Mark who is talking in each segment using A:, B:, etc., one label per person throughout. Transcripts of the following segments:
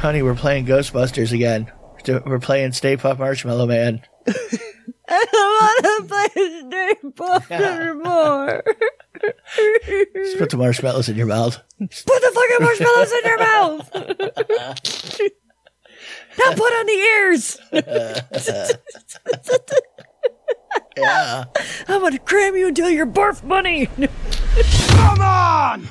A: honey, we're playing Ghostbusters again. We're playing Stay Puft Marshmallow Man.
B: I don't want to play Stay Puft anymore.
A: Just put the marshmallows in your mouth.
B: Put the fucking marshmallows in your mouth. Now put on the ears.
A: Yeah.
B: I'm gonna cram you until you're barf money.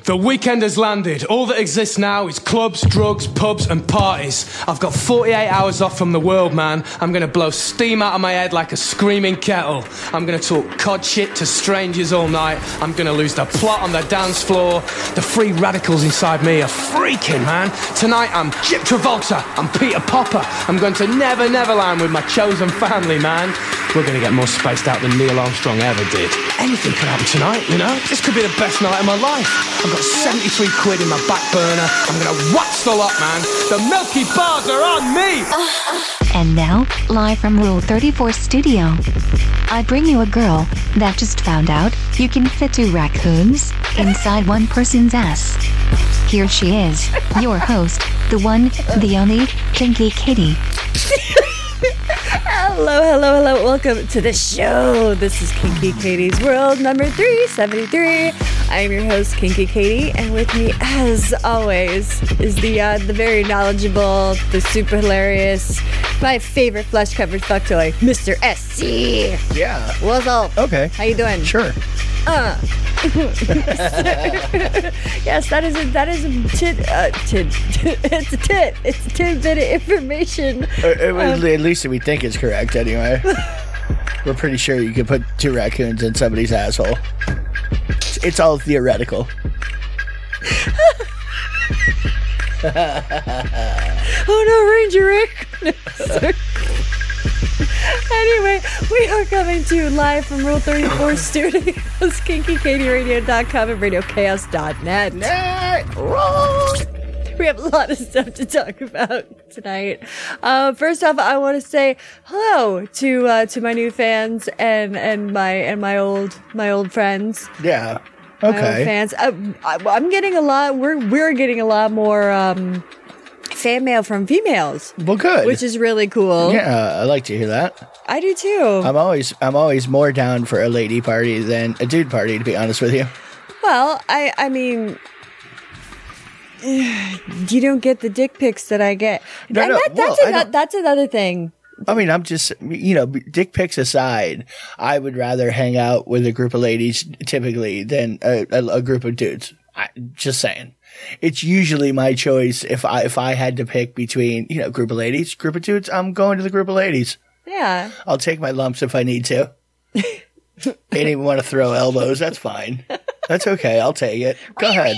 C: The weekend has landed. All that exists now is clubs, drugs, pubs, and parties. I've got 48 hours off from the world, man. I'm gonna blow steam out of my head like a screaming kettle. I'm gonna talk cod shit to strangers all night. I'm gonna lose the plot on the dance floor. The free radicals inside me are freaking, man. Tonight I'm Jip Travolta. I'm Peter Popper. I'm going to Never Neverland with my chosen family, man. We're gonna get more spaced out than Neil Armstrong ever did. Anything could happen tonight, you know? This could be the best night of my life. I've got 73 quid in my back burner. I'm gonna wax the lot, man. The milky bars are on me.
D: And now, live from Rule 34 Studio, I bring you a girl that just found out you can fit two raccoons inside one person's ass. Here she is, your host, the one, the only, Kinky Kitty.
B: Hello, hello, hello. Welcome to the show. This is Kinky Katie's World number 373. I am your host, Kinky Katie, and with me, as always, is the uh, the very knowledgeable, the super hilarious, my favorite flesh covered fuck toy, Mr. SC.
A: Yeah.
B: What's up?
A: Okay.
B: How you doing?
A: Sure.
B: Yes, that is a that is a tit uh, tit. it's a tit. It's a tidbit of information.
A: Or- or at le- Uh, at least we think it's correct, anyway. We're pretty sure you could put two raccoons in somebody's asshole. It's, it's all theoretical.
B: Oh no, Ranger Rick! anyway, we are coming to you live from Rule 34 Studios, kinkykatieradio.com and radiochaos.net. We have a lot of stuff to talk about tonight. Uh, first off, I want to say hello to uh, to my new fans and and my and my old my old friends.
A: Yeah.
B: My old
A: Okay.
B: fans. I, I, I'm getting a lot. We're we're getting a lot more um, fan mail from females
A: Well, good.
B: which is really cool.
A: yeah, I like to hear that.
B: I do too.
A: I'm always I'm always more down for a lady party than a dude party, to be honest with you.
B: well, I I mean, you don't get the dick pics that I get.
A: No,
B: and
A: no,
B: that, that's,
A: well, I
B: ano-
A: don't-
B: that's another thing.
A: I mean, I'm just you know, dick pics aside, I would rather hang out with a group of ladies typically than a, a, a group of dudes. I, just saying, it's usually my choice if I if I had to pick between you know group of ladies, group of dudes. I'm going to the group of ladies.
B: Yeah.
A: I'll take my lumps if I need to. I didn't even want to throw elbows. That's fine. That's okay. I'll take it. Go ahead.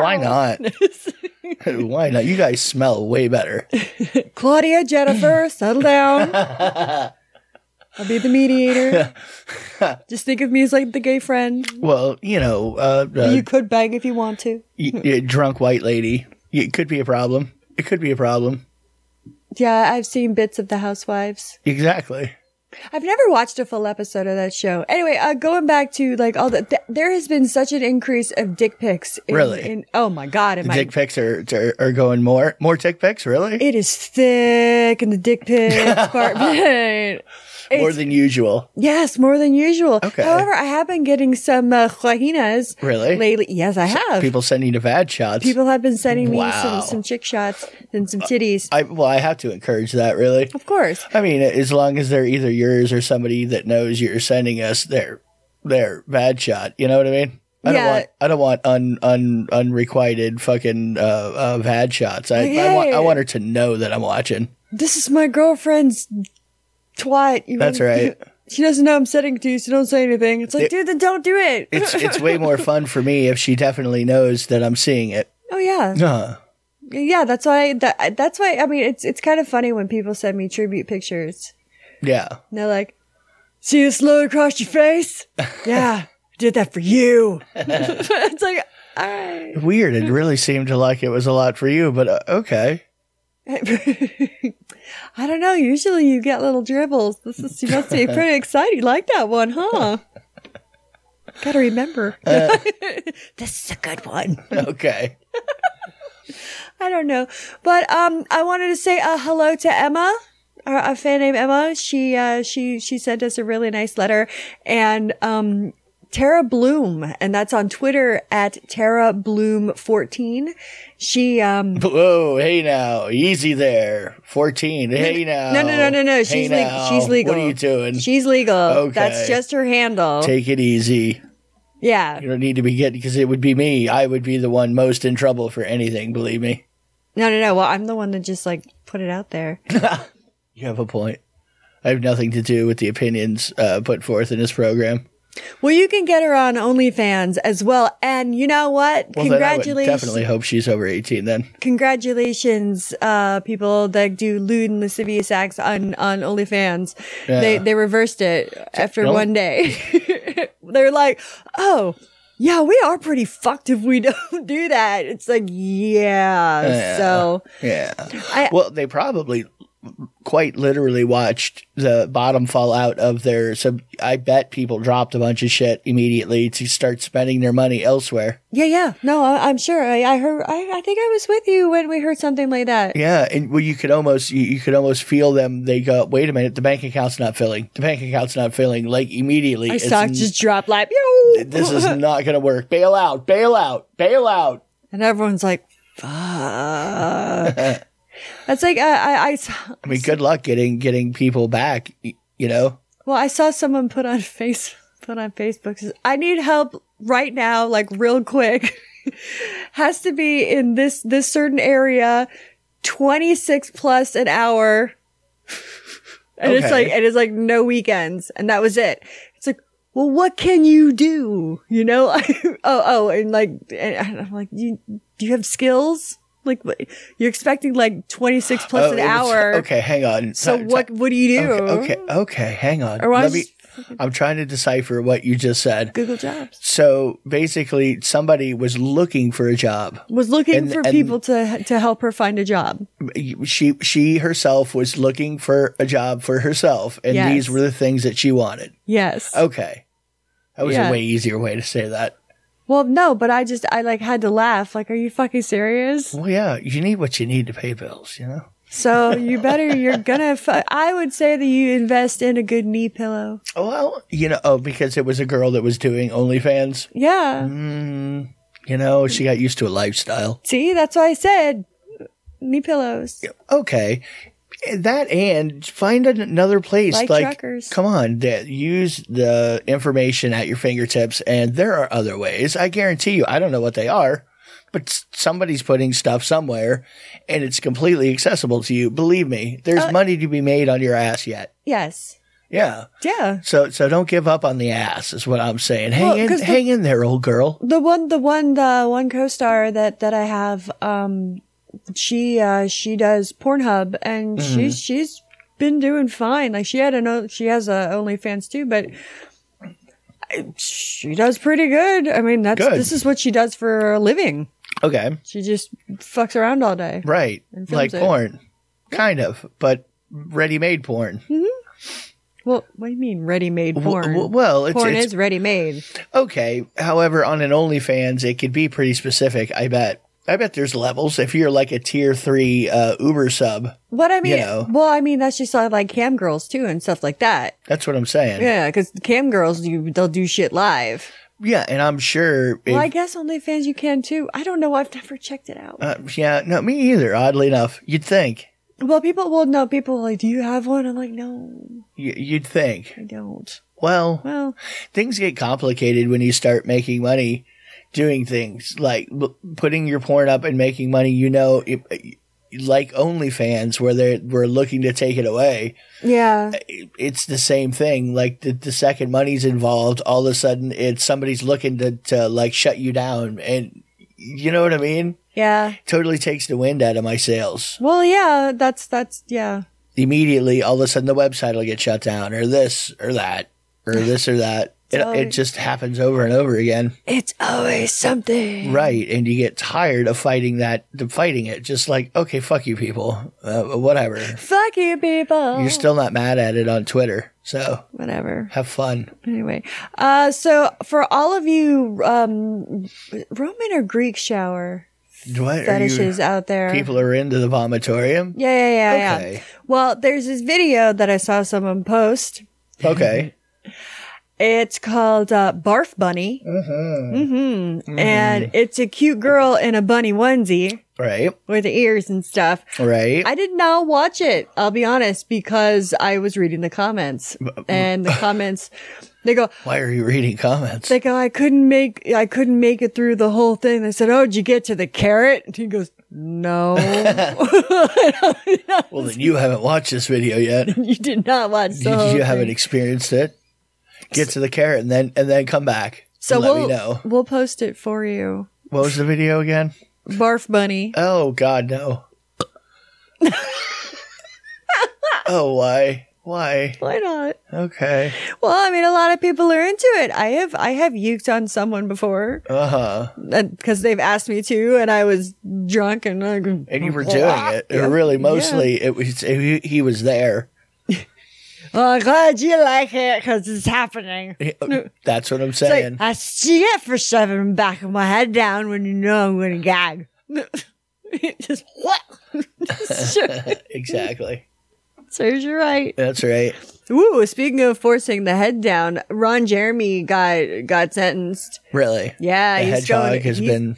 A: Why not? Why not? You guys smell way better.
B: Claudia, Jennifer, settle down. I'll be the mediator. Just think of me as like the gay friend.
A: Well, you know, uh, uh,
B: You could bang if you want to.
A: y- y- drunk white lady. It could be a problem. It could be a problem.
B: Yeah, I've seen bits of The Housewives.
A: Exactly.
B: I've never watched a full episode of that show. Anyway, uh, going back to like all the, th- there has been such an increase of dick pics. In,
A: Really?
B: In, oh my god, in my,
A: Dick pics are, are are going more more dick pics. Really,
B: it is thick in the dick pic department.
A: more than usual.
B: yes, more than usual.
A: Okay.
B: However, I have been getting some uh, Joaquinas
A: Really?
B: lately. Yes, I have. People,
A: People sending you bad shots.
B: have been sending me
A: Wow.
B: some some chick shots and some titties.
A: I well, I have to encourage that. Really.
B: of course.
A: I mean, as long as they're either yours or somebody that knows you're sending us their their bad shot. You know what I mean? I
B: Yeah.
A: don't want I don't want un, un unrequited fucking uh, uh bad shots. I, I want I
B: Okay.
A: want her to know that I'm watching.
B: This is my girlfriend's twat. You
A: That's
B: wanna-
A: right.
B: She doesn't know I'm sending it to you, so don't say anything. It's like, dude, then don't do it.
A: It's it's way more fun for me if she definitely knows that I'm seeing it.
B: Oh yeah,
A: Uh,
B: yeah. That's why. That, that's why. I mean, it's it's kind of funny when people send me tribute pictures.
A: yeah.
B: And they're like, "See this load across your face? Yeah, I did that for you." it's like, all right.
A: Weird. It really seemed to like it was a lot for you, but uh, okay.
B: I don't know. Usually, you get little dribbles. This is you must be pretty excited. You like that one, huh? Gotta remember. this is a good one.
A: Okay.
B: I don't know. But um, I wanted to say a hello to Emma, our, our fan named Emma. She uh, she she sent us a really nice letter, and um, Tara Bloom, and that's on Twitter at Tara Bloom fourteen. She um.
A: Whoa, hey now, easy there. Fourteen. Hey now.
B: No, no, no, no, no.
A: Hey
B: She's le-
A: now.
B: she's legal.
A: What are you doing?
B: She's legal. That's
A: Okay.
B: just her handle.
A: Take it easy.
B: yeah.
A: You don't need to be getting because it would be me. I would be the one most in trouble for anything. Believe me.
B: No, no, no. Well, I'm the one that just like put it out there.
A: You have a point. I have nothing to do with the opinions uh, put forth in this program.
B: Well, you can get her on OnlyFans as well. And you know what?
A: Well, then I would definitely hope she's over eighteen. Then
B: Congratulations, uh, people that do lewd and lascivious acts on, on OnlyFans. They,
A: Yeah.
B: they reversed it after
A: Really?
B: one day. They're like, oh, yeah, we are pretty fucked if we don't do that. It's like, yeah.
A: Yeah.
B: So
A: yeah.
B: I,
A: Well, they probably quite literally watched the bottom fall out of their sub. I bet people dropped a bunch of shit immediately to start spending their money elsewhere.
B: yeah, yeah. No, I, I'm sure. I, I heard, I, I think I was with you when we heard something like that.
A: Yeah, and well, you could almost you, you could almost feel them. They go, wait a minute, the bank account's not filling. The bank account's not filling. Like immediately,
B: My
A: it's
B: stock
A: n-
B: just dropped like, yo.
A: this is not going to work. Bail out, bail out, bail out.
B: And everyone's like, fuck. That's like, I, I, I, s-
A: I mean, good luck getting getting people back. y- You know,
B: well, I saw someone put on face, put on Facebook, says, I need help right now, like real quick. Has to be in this, this certain area, 26 plus an hour. and it's
A: Okay.
B: like, and it's like no weekends. And that was it. It's like, well, what can you do? You know, oh, oh, and like, and I'm like, you, do you have skills? Like, what- you're expecting like 26 plus
A: Oh,
B: an
A: it was-
B: hour.
A: Okay, hang on.
B: So
A: Ti- ti-
B: what, what do you do?
A: Okay, okay, okay, hang on.
B: Or why
A: Let me.
B: just
A: I'm trying to decipher what you just said.
B: Google Jobs
A: So basically, somebody was looking for a job.
B: was looking
A: And-
B: for
A: and-
B: people to, to help her find a job.
A: She she herself was looking for a job for herself, and
B: Yes.
A: these were the things that she wanted.
B: Yes.
A: Okay, that was
B: Yeah.
A: a way easier way to say that.
B: Well, no, but I just, I like had to laugh. Like, are you fucking serious?
A: Well, yeah, you need what you need to pay bills. You know.
B: So you better, you're gonna, fu- I would say that you invest in a good knee pillow.
A: Well, you know, oh, because it was a girl that was doing OnlyFans.
B: Yeah.
A: Mm-hmm. You know, she got used to a lifestyle.
B: See, that's why I said knee pillows.
A: Okay. That and find an- another place
B: Like
A: like,
B: truckers.
A: come on, that use the information at your fingertips. And there are other ways. I guarantee you, I don't know what they are, but s- somebody's putting stuff somewhere and it's completely accessible to you. Believe me, there's
B: Uh,
A: money to be made on your ass yet.
B: Yes.
A: Yeah.
B: Yeah.
A: So, so don't give up on the ass is what I'm saying. Hang
B: Well,
A: in,
B: 'cause the-
A: hang in there, old girl.
B: The one, the one, the one co-star that, that I have, um, she, uh, she does Pornhub and
A: Mm-hmm.
B: she's, she's been doing fine. Like she had an, O- she has a OnlyFans too, but I- she does pretty good. I mean, that's,
A: Good.
B: this is what she does for a living.
A: Okay.
B: She just fucks around all day.
A: Right.
B: And films
A: Like
B: it.
A: porn. Kind of, but ready made porn.
B: Well, what do you mean ready-made
A: W-
B: porn?
A: w- well, it's,
B: porn
A: it's
B: is ready-made.
A: okay. However, on an OnlyFans, it could be pretty specific, I bet. I bet there's levels. If you're like a tier three uh, Uber sub,
B: What I mean,
A: know.
B: well, I mean that's just uh, like cam girls too and stuff like that.
A: that's what I'm saying.
B: Yeah, because cam girls, you they'll do shit live.
A: Yeah, and I'm sure. If,
B: well, I guess OnlyFans you can too. I don't know. I've never checked it out.
A: uh, yeah, no, me either, oddly enough. You'd think.
B: well, people will know. People are like, do you have one? I'm like, no,
A: Y- you'd think.
B: I don't.
A: Well,
B: Well,
A: things get complicated when you start making money doing things like l- putting your porn up and making money. You know, it, like OnlyFans, where they were looking to take it away.
B: yeah,
A: it's the same thing. Like the, the second money's involved, all of a sudden it's somebody's looking to, to like shut you down. And you know what I mean?
B: yeah.
A: Totally takes the wind out of my sails.
B: Well, yeah. That's that's yeah.
A: Immediately, all of a sudden the website will get shut down or this or that or this or that. It,
B: So-
A: it just happens over and over again.
B: It's always something.
A: Right. And you get tired of fighting that, to fighting it. Just like, okay, fuck you people. Uh, whatever.
B: Fuck you, people.
A: You're still not mad at it on Twitter. So
B: whatever.
A: have fun.
B: Anyway, uh, so for all of you, um, Roman or Greek shower
A: What are you-
B: fetishes out there.
A: People are into the vomitorium.
B: yeah, yeah, yeah, yeah.
A: Okay.
B: Well, there's this video that I saw someone post.
A: Okay.
B: It's called uh, Barf Bunny. Mm-hmm.
A: Mm-hmm.
B: And it's a cute girl in a bunny onesie
A: Right.
B: with the ears and stuff.
A: Right.
B: I did not watch it, I'll be honest, because I was reading the comments. And the comments, they go,
A: Why are you reading comments?
B: they go, I couldn't make, I couldn't make it through the whole thing. They said, Oh, did you get to the carrot? And he goes, No,
A: well, then you haven't watched this video yet.
B: you did not watch the
A: you,
B: whole
A: you haven't
B: thing."
A: experienced it. Get to the carrot and then and then come back.
B: So
A: and let
B: we'll,
A: me know.
B: we'll post it for you.
A: What was the video again?
B: Barf Bunny.
A: Oh God, no. oh why? Why?
B: Why not?
A: Okay.
B: Well, I mean, a lot of people are into it. I have, I have uked on someone before
A: Uh huh.
B: because they've asked me to, and I was drunk and like,
A: And you were doing it. Really, mostly it was he, he was there.
B: oh, glad you like it because it's happening.
A: That's what I'm
B: Like,
A: saying.
B: I see it for shoving the back of my head down when you know I'm gonna gag. Just what?
A: exactly.
B: Serves you right.
A: That's right.
B: Ooh, speaking of forcing the head down, Ron Jeremy got got sentenced.
A: Really.
B: Yeah,
A: The hedgehog
B: going-
A: has
B: he's-
A: been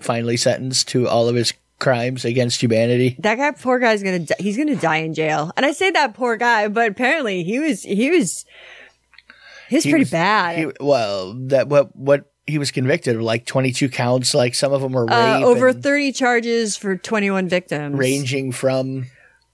A: finally sentenced to all of his crimes against humanity.
B: That guy, poor guy's gonna di- he's gonna die in jail. And I say that poor guy, but apparently he was he was he's
A: He
B: pretty
A: was-
B: bad.
A: He, well, that what what he was convicted of like 22 counts. Like some of them were rape
B: uh, over
A: and
B: thirty charges for twenty one victims.
A: ranging from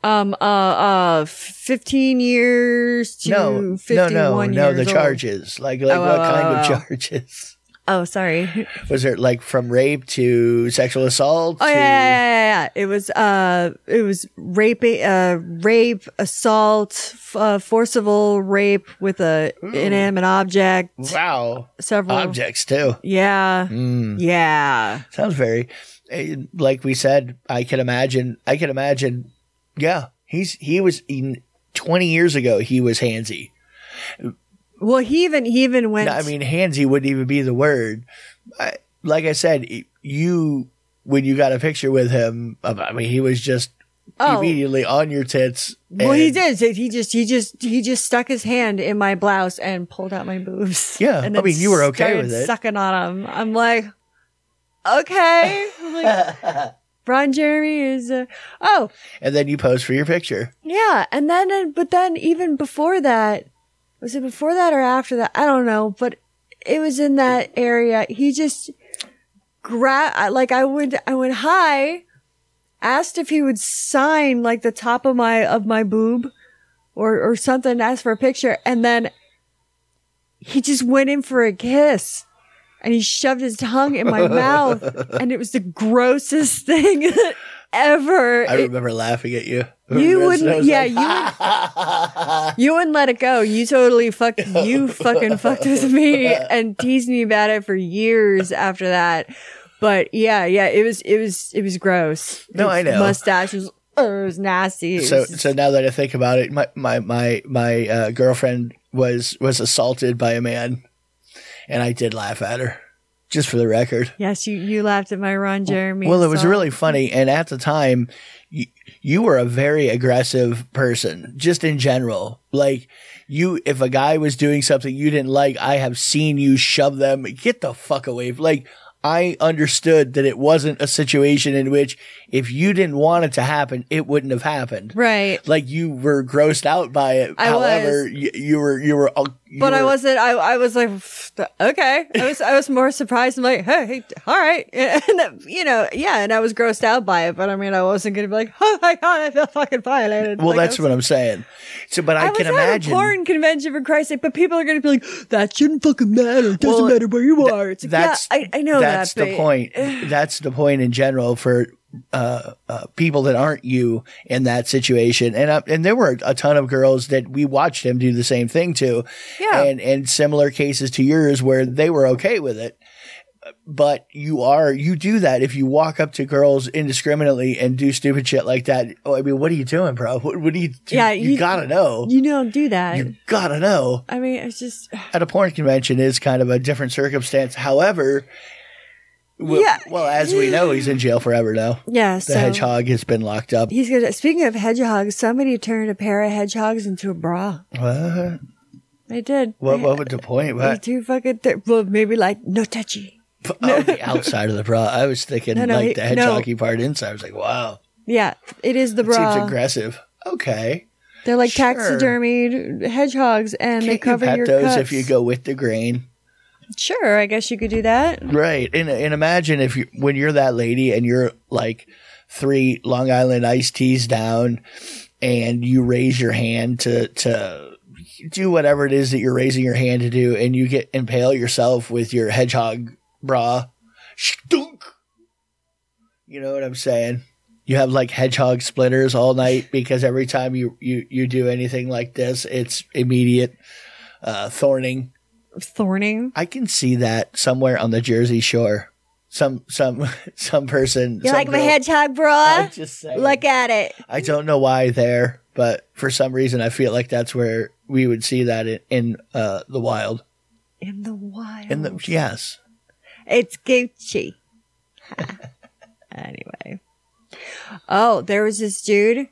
B: Um. Uh. Uh. Fifteen years to
A: no, no,
B: fifty-one
A: no,
B: years
A: no. The
B: old.
A: charges, like like what kind of charges?
B: Oh, sorry.
A: Was it like from rape to sexual assault?
B: Oh yeah,
A: to,
B: yeah, yeah, yeah, yeah. It was uh, it was rape, uh, rape, assault, f- uh, forcible rape with a inanimate object.
A: Wow,
B: Several.
A: objects too. Hmm.
B: Yeah.
A: Mm.
B: Yeah.
A: Sounds very eh, like we said. I can imagine. I can imagine. Yeah, he's he was in, 20 years ago. He was handsy.
B: Well, he even he even went.
A: No, I mean, handsy wouldn't even be the word. I, like I said, y- you when you got a picture with him, um, I mean, he was just
B: Oh.
A: immediately on your tits.
B: well, he
A: and-
B: did. He just he just he just stuck his hand in my blouse and pulled out my boobs.
A: Yeah,
B: And
A: I mean, you were okay
B: started
A: with it.
B: Sucking on him. I'm like, okay. I'm like, Ron Jeremy is. Uh, oh,
A: And then you posed for your picture.
B: Yeah, and then and- but then even before that, was it before that or after that? I don't know, but it was in that area. He just grab I- like I went I went high, asked if he would sign like the top of my of my boob or or something, asked for a picture, and then he just went in for a kiss. And he shoved his tongue in my mouth, and it was the grossest thing ever.
A: I
B: It-
A: remember laughing at you.
B: you
A: I was
B: wouldn't, yeah,
A: like,
B: you would, you wouldn't let it go. You totally fucked, you fucking fucked with me and teased me about it for years after that. But yeah, yeah, it was, it was, it was gross.
A: No, I know.
B: Mustache was, oh, it was nasty. It was-
A: So, so now that I think about it, my my my my uh, girlfriend was was assaulted by a man, and I did laugh at her, just for the record.
B: yes, you, you laughed at my Ron Jeremy.
A: Well, it was
B: song.
A: really funny, and at the time, you, you were a very aggressive person, just in general. Like you, if a guy was doing something you didn't like, I have seen you shove them. Get the fuck away! Like I understood that it wasn't a situation in which if you didn't want it to happen, it wouldn't have happened.
B: right.
A: Like you were grossed out by it.
B: I
A: However, You, you were you were. uh, You
B: But I
A: were-
B: wasn't. I, I was like, "Pfft, okay. I was I was more surprised. I'm like, hey, all right, and you know, yeah. And I was grossed out by it. But I mean, I wasn't gonna be like, oh my god, I feel fucking violated.
A: Well,
B: Like, I
A: that's
B: was-
A: what I'm saying. So, but I,
B: I was
A: can
B: at
A: imagine.
B: a porn convention for Christ's sake, but people are going to be like, "That shouldn't fucking matter. It doesn't
A: Well,
B: matter where you
A: th-
B: are." It's like, yeah, I, I know
A: that's
B: that,
A: the
B: but-
A: point. That's the point in general for uh, uh, people that aren't you in that situation. And uh, and there were a ton of girls that we watched him do the same thing to.
B: Yeah.
A: And and similar cases to yours where they were okay with it. But you are you do that if you walk up to girls indiscriminately and do stupid shit like that. Oh, I mean, what are you doing, bro? What, what are you? Do?
B: Yeah,
A: you,
B: you-
A: gotta know.
B: You don't do that.
A: you gotta know
B: I mean, it's just
A: at a porn convention is kind of a different circumstance. However, Well,
B: Yeah.
A: well, as we know, he's in jail forever now.
B: Yeah,
A: The
B: so
A: hedgehog has been locked up.
B: he's gonna. Speaking of hedgehogs, somebody turned a pair of hedgehogs into a bra.
A: What?
B: They did.
A: What,
B: They-
A: what was the point?
B: They're
A: What?
B: too fucking. They're, well, maybe like no touchy.
A: Oh, the outside of the bra. I was thinking
B: No, no,
A: like
B: he-
A: the
B: no.
A: hedgehog part inside. I was like, wow,
B: Yeah, it is the
A: it seems
B: bra.
A: aggressive. Okay,
B: They're like
A: Sure.
B: taxidermied hedgehogs, and
A: Can't you
B: they cover
A: pet
B: your
A: those
B: cups.
A: if you go with the grain,
B: Sure, I guess you could do that.
A: right? And, and imagine if you when you're that lady and you're like three Long Island iced teas down, and you raise your hand to to do whatever it is that you're raising your hand to do, and you get impale yourself with your hedgehog bra. Shtunk. You know what I'm saying? You have like hedgehog splitters all night because every time you you you do anything like this, it's immediate uh, thorning.
B: Thorning.
A: I can see that somewhere on the Jersey Shore. Some some some person.
B: You
A: some
B: like my
A: girl-
B: hedgehog
A: I'm
B: bra?
A: just saying.
B: Look at it.
A: I don't know why there, but for some reason I feel like that's where we would see that in, in uh, the wild.
B: In the wild.
A: In the yes,
B: It's Gucci. anyway. Oh, there was this dude.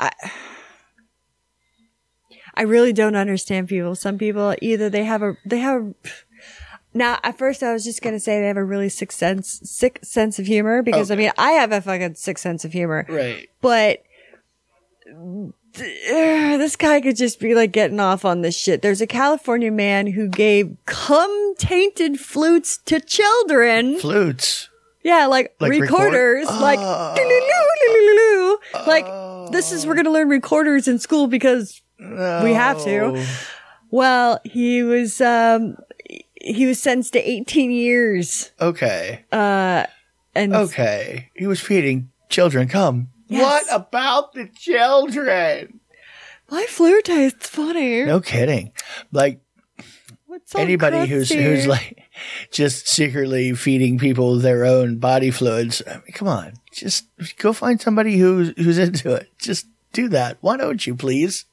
B: I I really don't understand people. Some people either they have a they have a, now at first I was just gonna say they have a really sick sense sick sense of humor because I mean I have a fucking sick sense of humor.
A: right.
B: But th- this guy could just be like getting off on this shit. There's a California man who gave cum tainted flutes to children.
A: Flutes.
B: Yeah, like,
A: Like record- Ah.
B: recorders, like doo-doo-doo-doo-doo-doo. like this is we're gonna learn recorders in school because we have to. Well, he was um he was sentenced to 18 years. uh,
A: Okay,
B: And
A: okay. He was feeding children. Come.
B: Yes.
A: What about the children?
B: my flirt tastes funny.
A: No kidding. Like
B: What's all
A: anybody who's
B: crusty?
A: who's like just secretly feeding people their own body fluids. I mean, come on, just go find somebody who's who's into it. Just do that. Why don't you, please?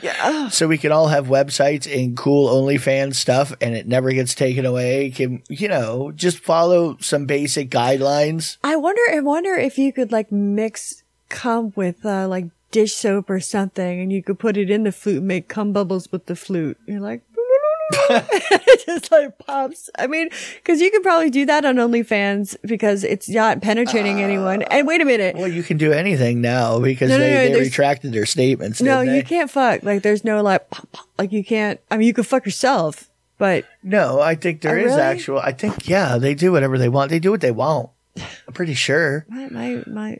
A: Yeah. So we can all have websites and cool OnlyFans stuff, and it never gets taken away. Can you know? Just follow some basic guidelines.
B: I wonder. I wonder if you could like mix cum with uh, like dish soap or something, and you could put it in the flute, and make cum bubbles with the flute. You're like, it just like pops. I mean, because you could probably do that on OnlyFans because it's not
A: Uh,
B: penetrating anyone. And wait a minute,
A: Well, you can do anything now because
B: No, no,
A: they,
B: no,
A: they
B: there's-
A: retracted their statements.
B: no,
A: didn't they?
B: you can't fuck. Like, there's no like, pop, pop. like you can't. I mean, you could fuck yourself, but
A: No, I think there
B: Oh,
A: is
B: really?
A: actual. I think yeah, they do whatever they want. They do what they want. I'm pretty sure.
B: my my, my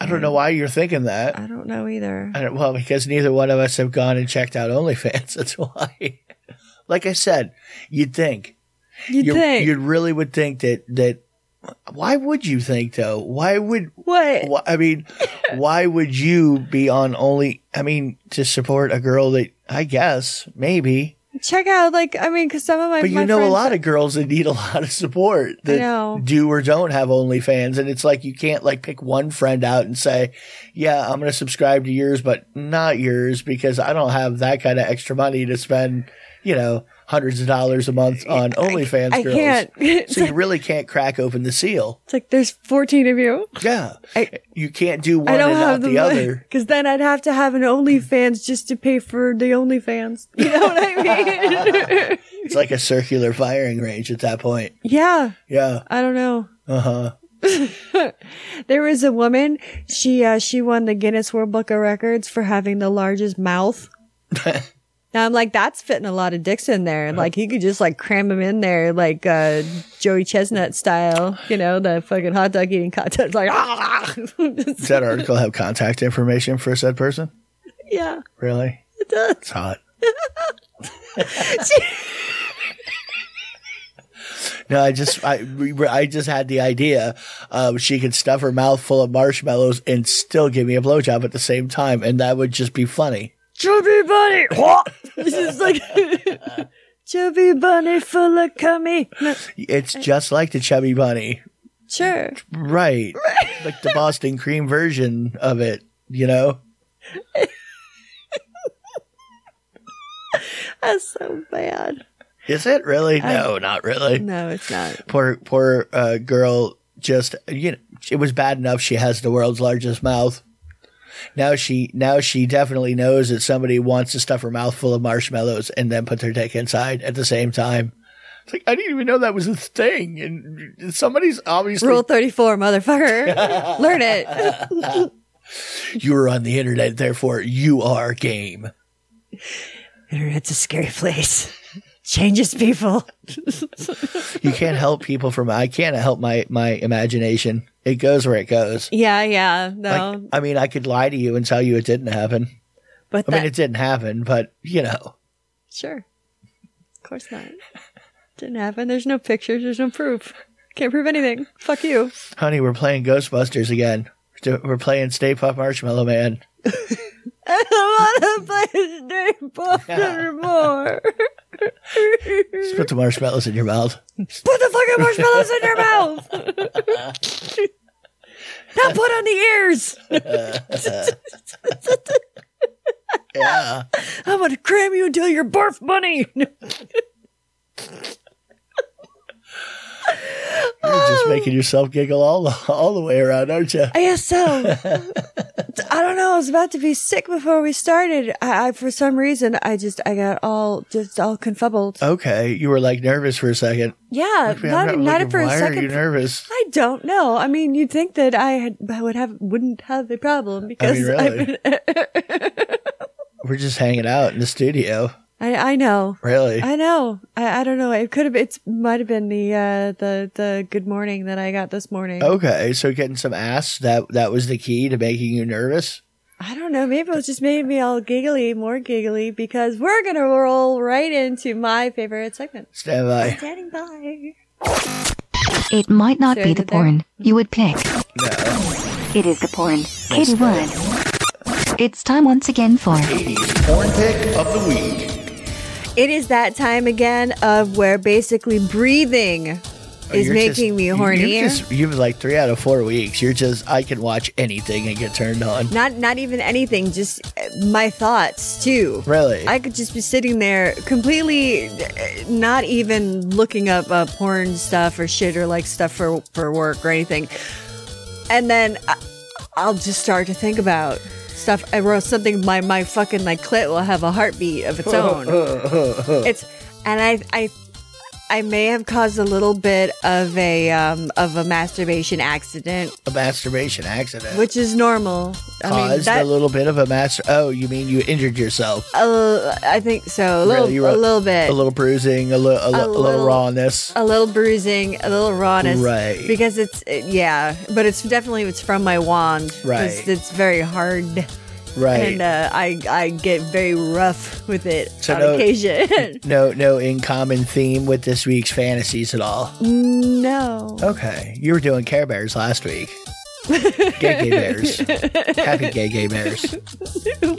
A: I don't know why you're thinking that.
B: I don't know either.
A: I don't, well, because neither one of us have gone and checked out OnlyFans. That's why. like I said, you'd think
B: You
A: you
B: think
A: you really would think that that. Why would you think though? Why would?
B: what?
A: Why, I mean, why would you be on only? I mean, to support a girl that I guess maybe,
B: Check out like I mean, because some of my
A: but
B: my
A: you know a
B: friends-
A: lot of girls that need a lot of support that
B: know.
A: do or don't have OnlyFans, and it's like you can't like pick one friend out and say, "Yeah, I'm going to subscribe to yours, but not yours because I don't have that kind of extra money to spend, you know, hundreds of dollars a month on OnlyFans."
B: I
A: girls.
B: can't. It's
A: So you
B: like,
A: really can't crack open the seal.
B: it's like there's 14 of you.
A: Yeah,
B: I-
A: you can't do one
B: I don't
A: and
B: have
A: not
B: the,
A: the other.
B: Because then I'd have to have an OnlyFans just to pay for the OnlyFans. You know what I mean?
A: It's like a circular firing range at that point.
B: yeah.
A: Yeah.
B: I don't know.
A: Uh huh.
B: There was a woman. She uh, she won the Guinness World Book of Records for having the largest mouth. now I'm like, that's fitting a lot of dicks in there. Like he could just like cram them in there, like uh, Joey Chestnut style. You know, the fucking hot dog eating contest. Like, ah!
A: Does that article have contact information for said person?
B: yeah,
A: Really?
B: it does.
A: It's hot. no, I just I we were- I just had the idea of she could stuff her mouth full of marshmallows and still give me a blowjob at the same time, and that would just be funny.
B: chubby bunny. this is like chubby bunny full of cummy. No,
A: It's just like the chubby bunny,
B: sure.
A: right? like the Boston cream version of it, you know.
B: That's so bad.
A: Is it really? No, not really.
B: No, it's not.
A: Poor poor uh, girl. Just you know, it was bad enough she has the world's largest mouth. Now she now she definitely knows that somebody wants to stuff her mouth full of marshmallows and then put their dick inside at the same time. It's like I didn't even know that was a thing, and somebody's obviously
B: Rule 34, motherfucker. Learn it.
A: you were on the internet, therefore you are game.
B: Internet's a scary place. Changes people.
A: You can't help people from I can't help my my imagination. It goes where it goes.
B: Yeah, yeah.
A: Like,
B: No.
A: I mean, I could lie to you and tell you it didn't happen.
B: but
A: I
B: that,
A: mean, it didn't happen, but you know,
B: sure. Of course not. Didn't happen. There's no pictures. There's no proof. Can't prove anything. Fuck you.
A: honey, we're playing Ghostbusters again. We're playing Stay Puft Marshmallow Man.
B: I don't want to play Snake anymore.
A: Just put the marshmallows in your mouth.
B: Put the fucking marshmallows in your mouth. now put on the ears.
A: Yeah.
B: I'm gonna cram you until you're barf money.
A: You're just making yourself giggle all all the way around, aren't you?
B: I guess so. I don't know. I was about to be sick before we started. I, I for some reason, I just I got all just all confubbled.
A: Okay, you were like nervous for a second.
B: yeah,
A: Okay, I'm
B: not, not
A: looking-
B: for a
A: why
B: second.
A: are you nervous?
B: I don't know. I mean, you'd think that I had I would have wouldn't have the problem because I've
A: really?
B: been-
A: We're just hanging out in the studio.
B: I I know.
A: Really?
B: I know. I, I don't know. It could have. It's might have been the uh, the the good morning that I got this morning.
A: okay, so getting some ass that that was the key to making you nervous.
B: I don't know. Maybe it was just made me all giggly, more giggly, because we're gonna roll right into my favorite segment.
A: Stand by.
B: Standing by.
D: It might not
B: Sure,
D: be
B: is
D: the
B: it there?
D: porn you would pick. No. It is the porn Katie would. It's time once again for
A: Porn pick of the week.
B: It is that time again of where basically breathing
A: Oh,
B: is making me horny.
A: You've, just, you've like three out of four weeks. You're just I can watch anything and get turned on.
B: not not even anything, just uh, my thoughts too.
A: Really?
B: I could just be sitting there completely uh, not even looking up uh, porn stuff or shit or like stuff for for work or anything. And then I, I'll just start to think about stuff. I wrote something my my fucking like clit will have a heartbeat of its own. it's and I I I may have caused a little bit of a um, of a masturbation accident,
A: a masturbation accident.
B: which is normal. I mean
A: Caused
B: that
A: a little bit of a master. Oh, you mean you injured yourself?
B: Uh, I think so. A little,
A: Really? You wrote
B: a little bit.
A: A little bruising, a, li- a, li- a little
B: little-
A: rawness.
B: a little bruising, a little rawness,
A: Right.
B: Because it's it, yeah, but it's definitely it's from my wand, 'cause
A: Right.
B: It's very hard,
A: Right.
B: and uh, I I get very rough with it
A: So
B: on
A: no-
B: occasion.
A: no, no in common theme with this week's fantasies at all.
B: no,
A: Okay, you were doing Care Bears last week. gay gay bears, happy gay gay bears,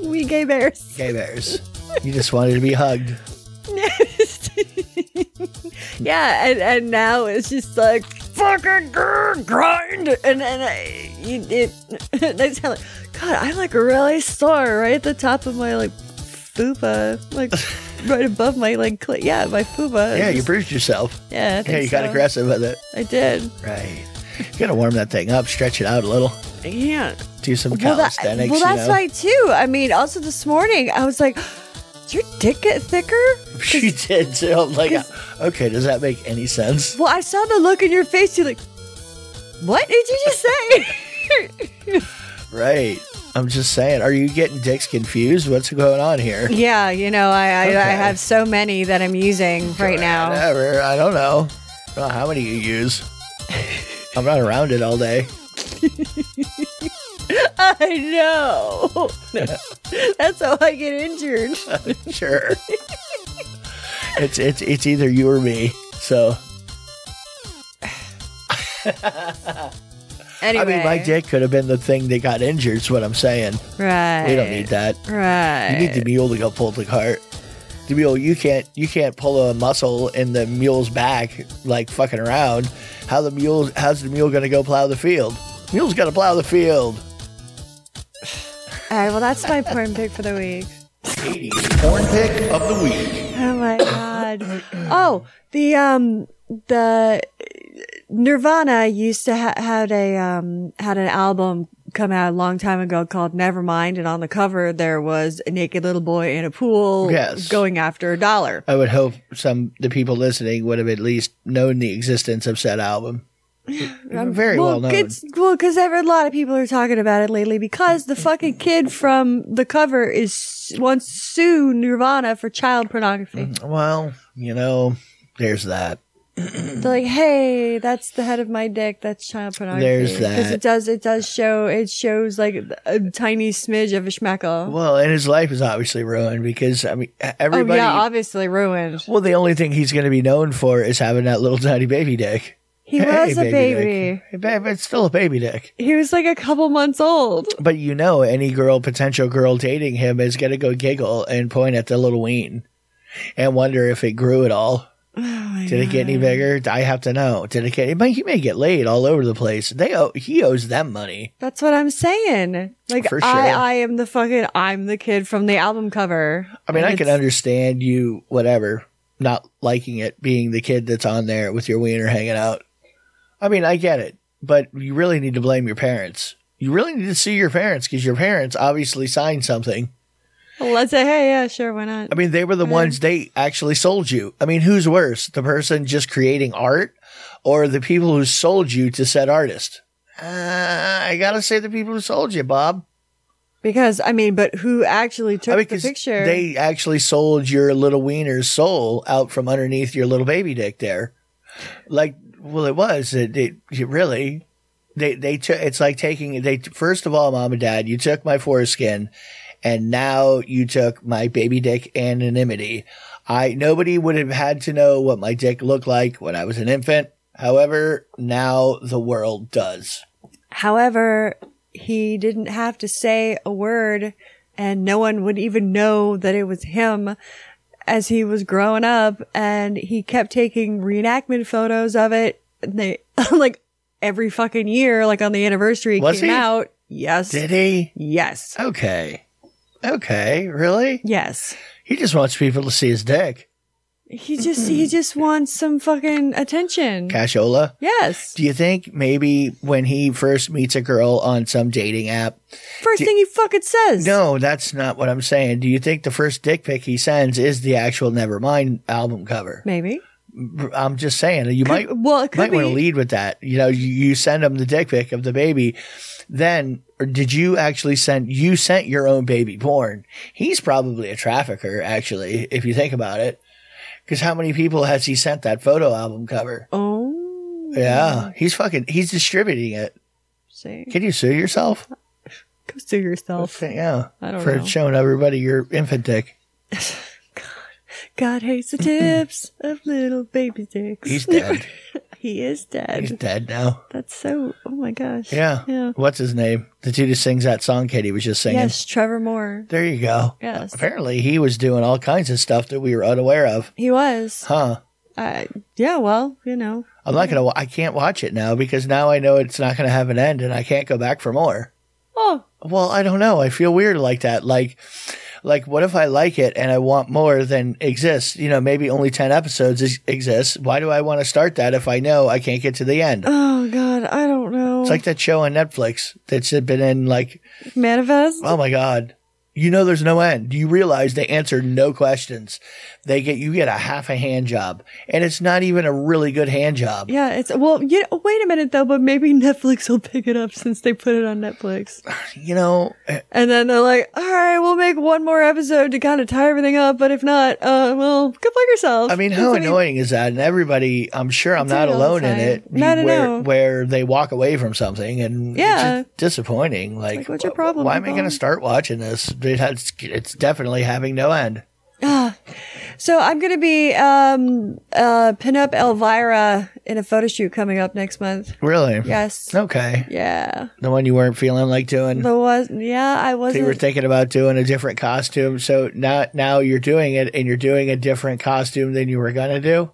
B: we gay bears.
A: gay bears. You just wanted to be hugged.
B: Yeah, and, and now it's just like fucking grr, grind, and and I, you, it, I tell it, God, I'm like really sore right at the top of my like fupa, like right above my like cli yeah, my fupa.
A: Yeah, you
B: Just-
A: bruised yourself.
B: yeah, I
A: Yeah,
B: think
A: you got
B: so.
A: aggressive with it.
B: I did.
A: Right. You gotta warm that thing up, stretch it out a little,
B: Yeah.
A: do some
B: Well, that,
A: calisthenics.
B: well, that's
A: you know?
B: why too. I mean, also this morning I was like, "Does your dick get thicker?"
A: she did too. I'm like,
B: Cause-
A: okay, does that make any sense?
B: Well, I saw the look in your face. You're like, "What did you just say?"
A: Right. I'm just saying. Are you getting dicks confused? What's going on here?
B: Yeah, you know, I, I,
A: Okay.
B: I have so many that I'm using right now.
A: Whatever. I don't know. I don't know how many you use. I'm not around it all day.
B: I know. That's how I get injured.
A: Sure. it's it's it's either you or me. So
B: Anyway.
A: I mean, my dick could have been the thing that got injured. Is what I'm saying.
B: Right.
A: We don't need that.
B: Right.
A: You need the mule to go pull the cart. The mule, you can't you can't pull a muscle in the mule's back like fucking around. How the mule? How's the mule gonna go plow the field? Mule's gotta plow the field.
B: All right, well, that's my porn pick for the week.
A: Porn pick of the week.
B: Oh my God. god. Oh, the um the Nirvana used to ha- had a um had an album come out a long time ago called Nevermind, and on the cover there was a naked little boy in a pool
A: Yes.
B: going after a dollar.
A: I would hope some the people listening would have at least known the existence of said album. Very well, known.
B: It's, well, because a lot of people are talking about it lately because the fucking kid from the cover is wants to sue Nirvana for child pornography.
A: Well, you know, there's that.
B: They're like, hey, that's the head of my dick. That's child pornography.
A: There's
B: Because
A: that.
B: it does, it does show, it shows like a tiny smidge of a schmeckle.
A: Well, and his life is obviously ruined because I mean e-,
B: oh
A: everybody.
B: yeah, obviously ruined.
A: well, the only thing he's going to be known for is having that little tiny baby dick.
B: He
A: Hey,
B: was
A: baby
B: a
A: dick.
B: baby.
A: Hey, babe, it's still a baby dick.
B: He was like a couple months old.
A: But you know, any girl, potential girl dating him is going to go giggle and point at the little ween and wonder if it grew at all.
B: Oh
A: Did it get any bigger? I have to know. Did it get? But he may get laid all over the place. They owe, he owes them money.
B: That's what I'm saying. Like
A: For
B: I,
A: sure.
B: I am the fucking I'm the kid from the album cover.
A: I mean,
B: And
A: I can
B: it's-
A: understand you, whatever, not liking it, being the kid that's on there with your wiener hanging out. I mean, I get it, but you really need to blame your parents. You really need to see your parents because your parents obviously signed something.
B: Well, let's say, hey, yeah, sure, why not?
A: I mean, they were the ones they actually sold you. I mean, who's worse, the person just creating art or the people who sold you to said artist? Uh, I gotta say, the people who sold you, Bob.
B: Because I mean, but who actually took
A: I mean,
B: the
A: 'cause
B: picture?
A: they actually sold your little wiener's soul out from underneath your little baby dick there. Like, well, it was. It, it, it really. They they took. It's like taking. They first of all, mom and dad, you took my foreskin, and now you took my baby dick anonymity. I nobody would have had to know what my dick looked like when I was an infant. However, now the world does.
B: However, he didn't have to say a word, and no one would even know that it was him as he was growing up. And he kept taking reenactment photos of it. And they like every fucking year, like on the anniversary it
A: Was
B: came
A: he?
B: out. Yes,
A: Did he?
B: yes,
A: Okay. Okay, really?
B: yes.
A: He just wants people to see his dick.
B: He just he just wants some fucking attention.
A: Cashola.
B: Yes.
A: Do you think maybe when he first meets a girl on some dating app?
B: First thing he fucking says.
A: No, that's not what I'm saying. Do you think the first dick pic he sends is the actual Nevermind album cover?
B: Maybe.
A: I'm just saying you might
B: well, it could
A: might want to
B: be.
A: lead with that. You know, you, you send him the dick pic of the baby. Then, or did you actually send you sent your own baby born? He's probably a trafficker, actually, if you think about it. Because how many people has he sent that photo album cover?
B: Oh,
A: Yeah, he's fucking he's distributing it.
B: see,
A: Can you sue yourself?
B: go sue yourself.
A: Yeah,
B: I don't
A: for
B: know.
A: showing everybody your infant dick.
B: God hates the tips of little baby dicks.
A: He's dead.
B: he is dead.
A: he's dead now.
B: That's so. Oh my gosh.
A: Yeah.
B: Yeah.
A: What's his name? The dude who sings that song Katie was just singing.
B: Yes, Trevor Moore.
A: There you go.
B: Yes.
A: Apparently, he was doing all kinds of stuff that we were unaware of.
B: He was.
A: Huh.
B: Uh, yeah. Well, you know.
A: I'm not gonna. wa- I can't watch it now because now I know it's not gonna have an end, and I can't go back for more.
B: Oh,
A: Well, I don't know. I feel weird like that. Like, like what if I like it and I want more than exists? You know, maybe only ten episodes is, exists. Why do I want to start that if I know I can't get to the end?
B: oh God. I don't know.
A: It's like that show on Netflix that's been in like,
B: manifest.
A: oh my god, you know there's no end. You realize they answer no questions. They get you get a half a hand job, and it's not even a really good hand job.
B: yeah. It's well. You know, wait a minute though. But maybe Netflix will pick it up since they put it on Netflix.
A: You know, eh,
B: And then they're like, all right, we'll make one more episode to kind of tie everything up. But if not, uh, well, go fuck yourself.
A: I mean, how annoying is that? And everybody, I'm sure I'm not
B: it all the
A: alone in
B: time.
A: it.
B: No, no,
A: where,
B: no.
A: where they walk away from something, and it's
B: Yeah.
A: just disappointing. Like,
B: what's your
A: wh-
B: problem,
A: Why am I
B: people?
A: going to start watching this? It has, it's definitely having no end.
B: So I'm going to be um, uh, pin up Elvira in a photo shoot coming up next month.
A: Really?
B: Yes.
A: Okay.
B: Yeah.
A: The one you weren't feeling like doing.
B: There was, yeah,
A: So
B: I
A: you were
B: wasn't.
A: thinking about doing a different costume. So now, now you're doing it, and you're doing a different costume than you were gonna do.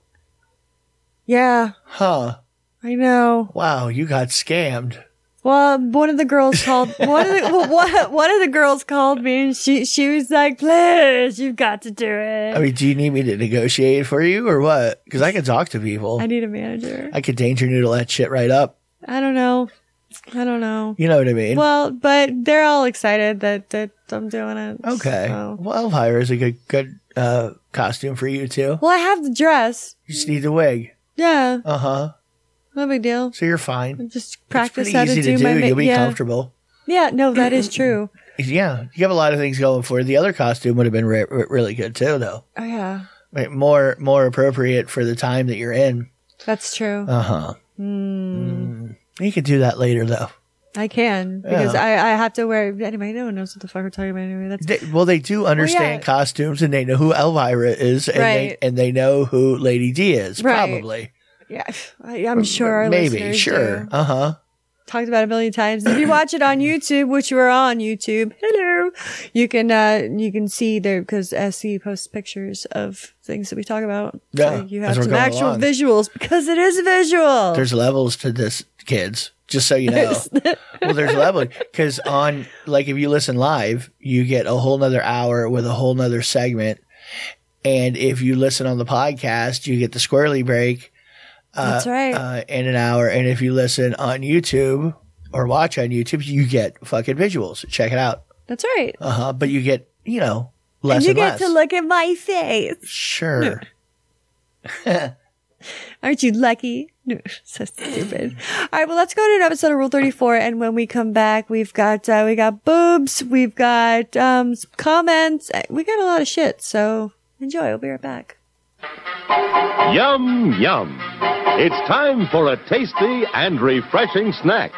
B: yeah,
A: Huh?
B: I know.
A: Wow, you got scammed.
B: Well, one of the girls called one of the well, one, one of the girls called me, and she she was like, "Please, you've got to do it.
A: I mean, do you need me to negotiate for you or what? Because I can talk to people.
B: I need a manager.
A: I could danger noodle that shit right up.
B: I don't know. I don't know.
A: You know what I mean?
B: Well, but they're all excited that that I'm doing it.
A: okay.
B: so.
A: Well, Elvira is a good good uh, costume for you too.
B: Well, I have the dress.
A: You just need the wig.
B: Yeah,
A: Uh huh.
B: no big deal.
A: So you're fine. It's
B: Just practice
A: pretty
B: how to
A: easy
B: do,
A: to do.
B: my ma-
A: You'll be
B: yeah.
A: comfortable.
B: Yeah, no, that is true.
A: Yeah, you have a lot of things going for you. The other costume would have been re- re- really good too, though.
B: Oh yeah,
A: Like, More more appropriate for the time that you're in.
B: that's true.
A: Uh huh.
B: Hmm.
A: You can do that later though.
B: I can because I I have to wear anyway. No one knows what the fuck we're talking about anyway. That's
A: They, well, they do understand
B: yeah.
A: costumes, and they know who Elvira is, and
B: Right.
A: they and they know who Lady D is,
B: Right.
A: probably,
B: yeah. I, I'm sure our
A: uh, maybe,
B: listeners
A: sure,
B: do.
A: uh huh.
B: talked about it a million times. If you watch it on YouTube, which you are on YouTube, hello, you can uh you can see there because SC posts pictures of things that we talk about.
A: Yeah,
B: so you
A: as
B: have
A: we're
B: some
A: going
B: actual
A: along.
B: visuals because it is visual.
A: There's levels to this, kids. Just so you know, well, there's levels because on like if you listen live, you get a whole nother hour with a whole nother segment, and if you listen on the podcast, you get the squirrely break,
B: That's right.
A: uh, in an hour. And if you listen on YouTube or watch on YouTube, you get fucking visuals. Check it out.
B: That's right.
A: Uh huh. But you get, you know, less
B: and you
A: and
B: get
A: less.
B: to look at my face.
A: sure.
B: Aren't you lucky? No, so stupid. All right, well, let's go to an episode of Rule 34. And when we come back, we've got, uh, we got boobs. We've got, um, some comments. uh, We got a lot of shit. So enjoy. We'll be right back.
E: Yum, yum. It's time for a tasty and refreshing snack.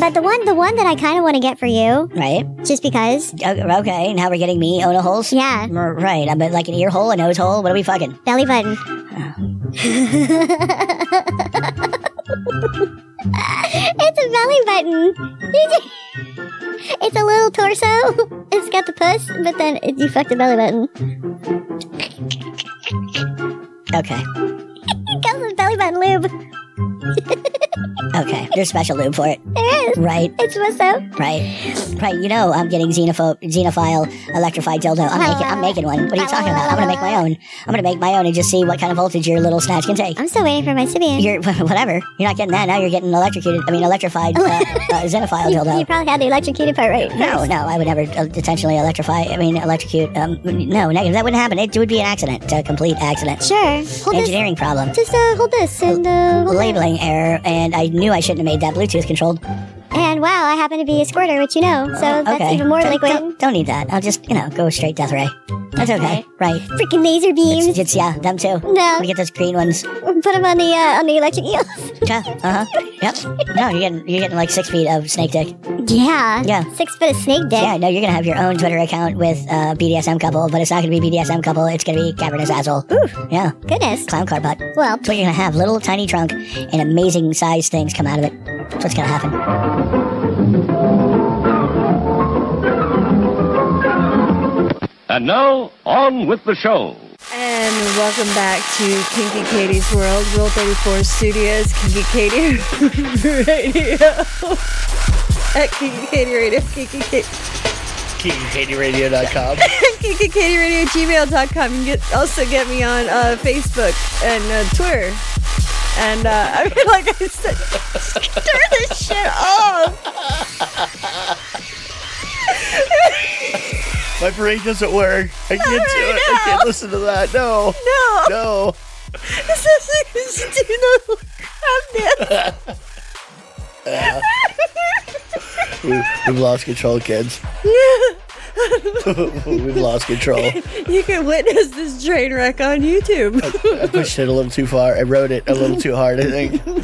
F: But the one, the one that I kind of want to get for you,
G: Right?
F: just because,
G: O- Okay, and how we're getting me own holes?
F: yeah,
G: R- Right, I'm like an ear hole, a nose hole. What are we fucking?
F: belly button. it's a belly button. it's a little torso. It's got the puss, but then it, you fucked the belly button.
G: Okay,
F: It comes with belly button lube.
G: okay. There's special lube for it.
F: There is.
G: Right,
F: It's supposed to.
G: right, right. You know I'm getting xenophobe, xenophile, electrified dildo. I'm making, I'm making one. What are you talking about? I'm gonna make my own. I'm gonna make my own and just see what kind of voltage your little snatch can take.
F: I'm still waiting for my Sibian.
G: You're whatever. You're not getting that. Now you're getting electrocuted. I mean, electrified uh, uh, xenophile
F: you, you
G: dildo.
F: probably had the electrocuted part right.
G: No, no, I would never uh, intentionally electrify. I mean, electrocute. Um, no, negative. That wouldn't happen. It would be an accident, a complete accident.
F: Sure. Hold
G: Engineering problem.
F: this. Just uh, hold this and uh, hold that.
G: labeling error, and I knew I shouldn't have made that Bluetooth controlled.
F: And wow, I happen to be a squirter, which you know, so that's
G: Oh, okay,
F: even more
G: don't,
F: liquid.
G: Don't, don't need that. I'll just you know go straight death ray. That's okay, right?
F: Freaking laser beams.
G: It's, it's yeah, them too.
F: No.
G: we get those green ones.
F: Put them on the uh, on the electric eels.
G: Yeah, uh huh. Yep. No, you're getting you're getting like six feet of snake dick.
F: yeah.
G: Yeah.
F: Six foot of snake dick.
G: Yeah, no, you're gonna have your own Twitter account with uh, BDSM couple, but it's not gonna be BDSM couple. It's gonna be cavernous asshole. Ooh. Yeah,
F: Goodness.
G: clown car butt. That's
F: Well,
G: what you're gonna have. Little tiny trunk and amazing sized things come out of it. That's what's gonna happen.
E: And now, on with the show.
B: And welcome back to Kinky Katie's World, Rule 34 Studios, Kinky Katie Radio. At Kinky Katie Radio, Kinky Katie.
A: KingKatieRadio.com.
B: KinkyKatieRadio@gmail.com. You can get, also get me on uh, Facebook and uh, Twitter. And uh, I mean, like I said, turn this shit off.
A: My brain doesn't work. I can't do it. I can't listen to that. No.
B: No,
A: No.
B: this is you should do the little crab dance.
A: We- We've lost control, kids. We've lost control.
B: You can witness this train wreck on YouTube.
A: I pushed it a little too far. I rode it a little too hard, I think. I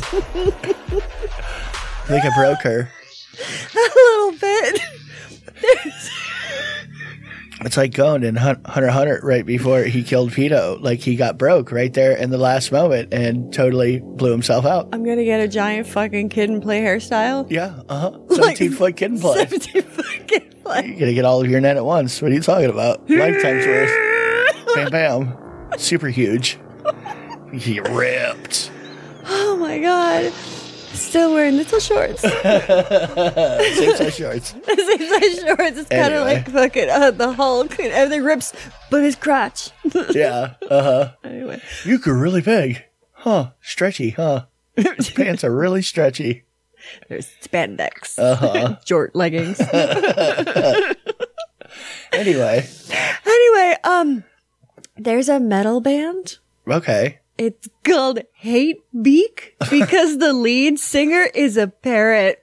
A: think I broke her.
B: a little bit.
A: It's like going in Hun- Hunter Hunter right before he killed Pito. Like he got broke right there in the last moment and totally blew himself out.
B: I'm gonna get a giant fucking kid and play hairstyle.
A: Yeah, uh huh.
B: Like-
A: 17 foot kid and play.
B: Seventeen fucking play.
A: You're gonna get all of your net at once. What are you talking about? Lifetime's worth. Bam, bam. Super huge. He ripped.
B: Oh my god. Still wearing little shorts.
A: Same size shorts.
B: Same size shorts. It's kind of
A: Anyway.
B: like fucking uh, the Hulk and everything rips, but his crotch.
A: Yeah. Uh huh.
B: anyway.
A: You grew really big. Huh. Stretchy, huh? His pants are really stretchy.
B: There's spandex,
A: Uh-huh.
B: short leggings.
A: Anyway.
B: anyway, um, there's a metal band.
A: Okay.
B: It's called Hate Beak because the lead singer is a parrot.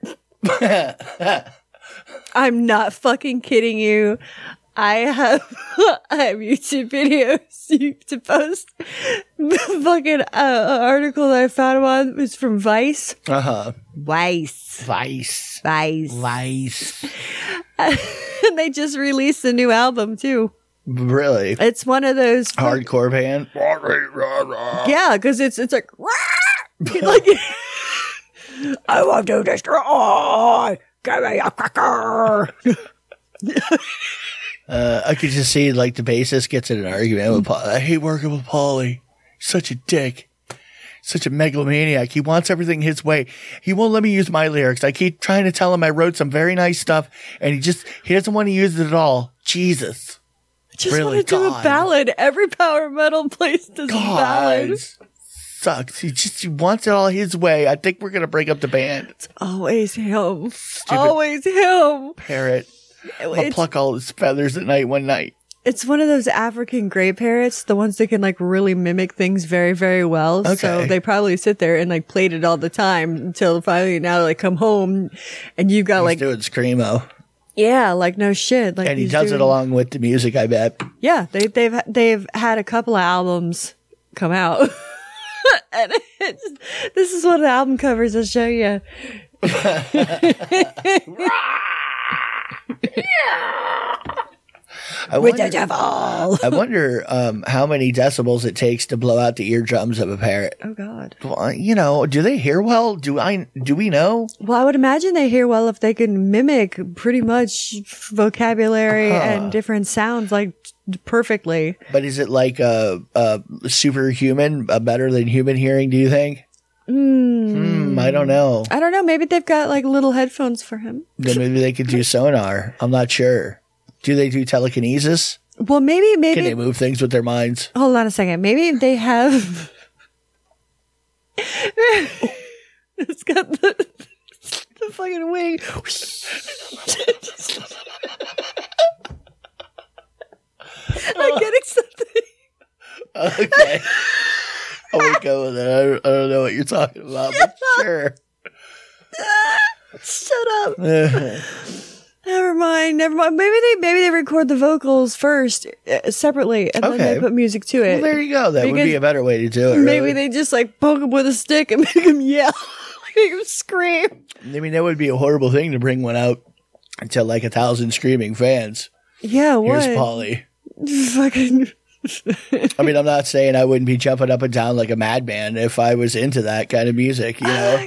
B: I'm not fucking kidding you. I have I have YouTube videos you- to post. The fucking uh, article that I found on was from Vice.
A: Uh huh.
B: Vice.
A: Vice.
B: Vice.
A: Vice.
B: and they just released a new album too.
A: Really?
B: It's one of those
A: Uh. Hardcore band?
B: Yeah, because it's it's like, "Rah!" like I want to destroy. Give me a cracker.
A: Uh, I could just see like the bassist gets in an argument with Paul. I hate working with Paulie. He's such a dick. Such a megalomaniac. He wants everything his way. He won't let me use my lyrics. I keep trying to tell him I wrote some very nice stuff and he just, he doesn't want to use it at all. Jesus.
B: Just
A: Really,
B: want to do a
A: God.
B: ballad. Every power metal place does a
A: God.
B: ballad.
A: Sucks. He just, he wants it all his way. I think we're going to break up the band.
B: Always him. Always him.
A: Parrot. I'll
B: It's,
A: pluck all his feathers at night one night.
B: it's one of those African gray parrots, the ones that can like really mimic things very, very well. So
A: Okay.
B: they probably sit there and like played it all the time until finally now they come home and you got like,
A: He's doing Screamo.
B: yeah, like no shit. Like
A: And he
B: he's
A: does it
B: doing-
A: along with the music, I bet.
B: Yeah, they, they've they've had a couple of albums come out, and it's, this is one of the album covers. I'll show you.
A: I
B: With
A: wonder-
B: the devil. Oh
A: I wonder um, how many decibels it takes to blow out the eardrums of a parrot.
B: Oh, God.
A: Well, You know, do they hear well? Do I? Do we know?
B: Well, I would imagine they hear well if they can mimic pretty much vocabulary and different sounds like perfectly.
A: But is it like a, a superhuman, a better than human hearing? Do you think?
B: Hmm.
A: Mm. I don't know.
B: I don't know. Maybe they've got like little headphones for him.
A: Then maybe they could do sonar. I'm not sure. Do they do telekinesis?
B: Well, maybe
A: Can
B: maybe
A: they move things with their minds?
B: hold on a second. Maybe they have. it's got the, the fucking wing.
A: Oh.
B: I'm getting something.
A: Okay. I would go with it. I don't, I don't know what you're talking about, but sure.
B: Shut up. Never mind. Never mind. Maybe they maybe they record the vocals first uh, separately, and then
A: Okay.
B: they put music to
A: Well,
B: it.
A: there you go. That would be
B: Because
A: a better way to do it.
B: maybe
A: really.
B: they just like poke him with a stick and make him yell, make him scream.
A: I mean, that would be a horrible thing to bring one out to like a thousand screaming fans.
B: Yeah. What?
A: Here's Polly.
B: Fucking.
A: I mean, I'm not saying I wouldn't be jumping up and down like a madman if I was into that kind of music, you know?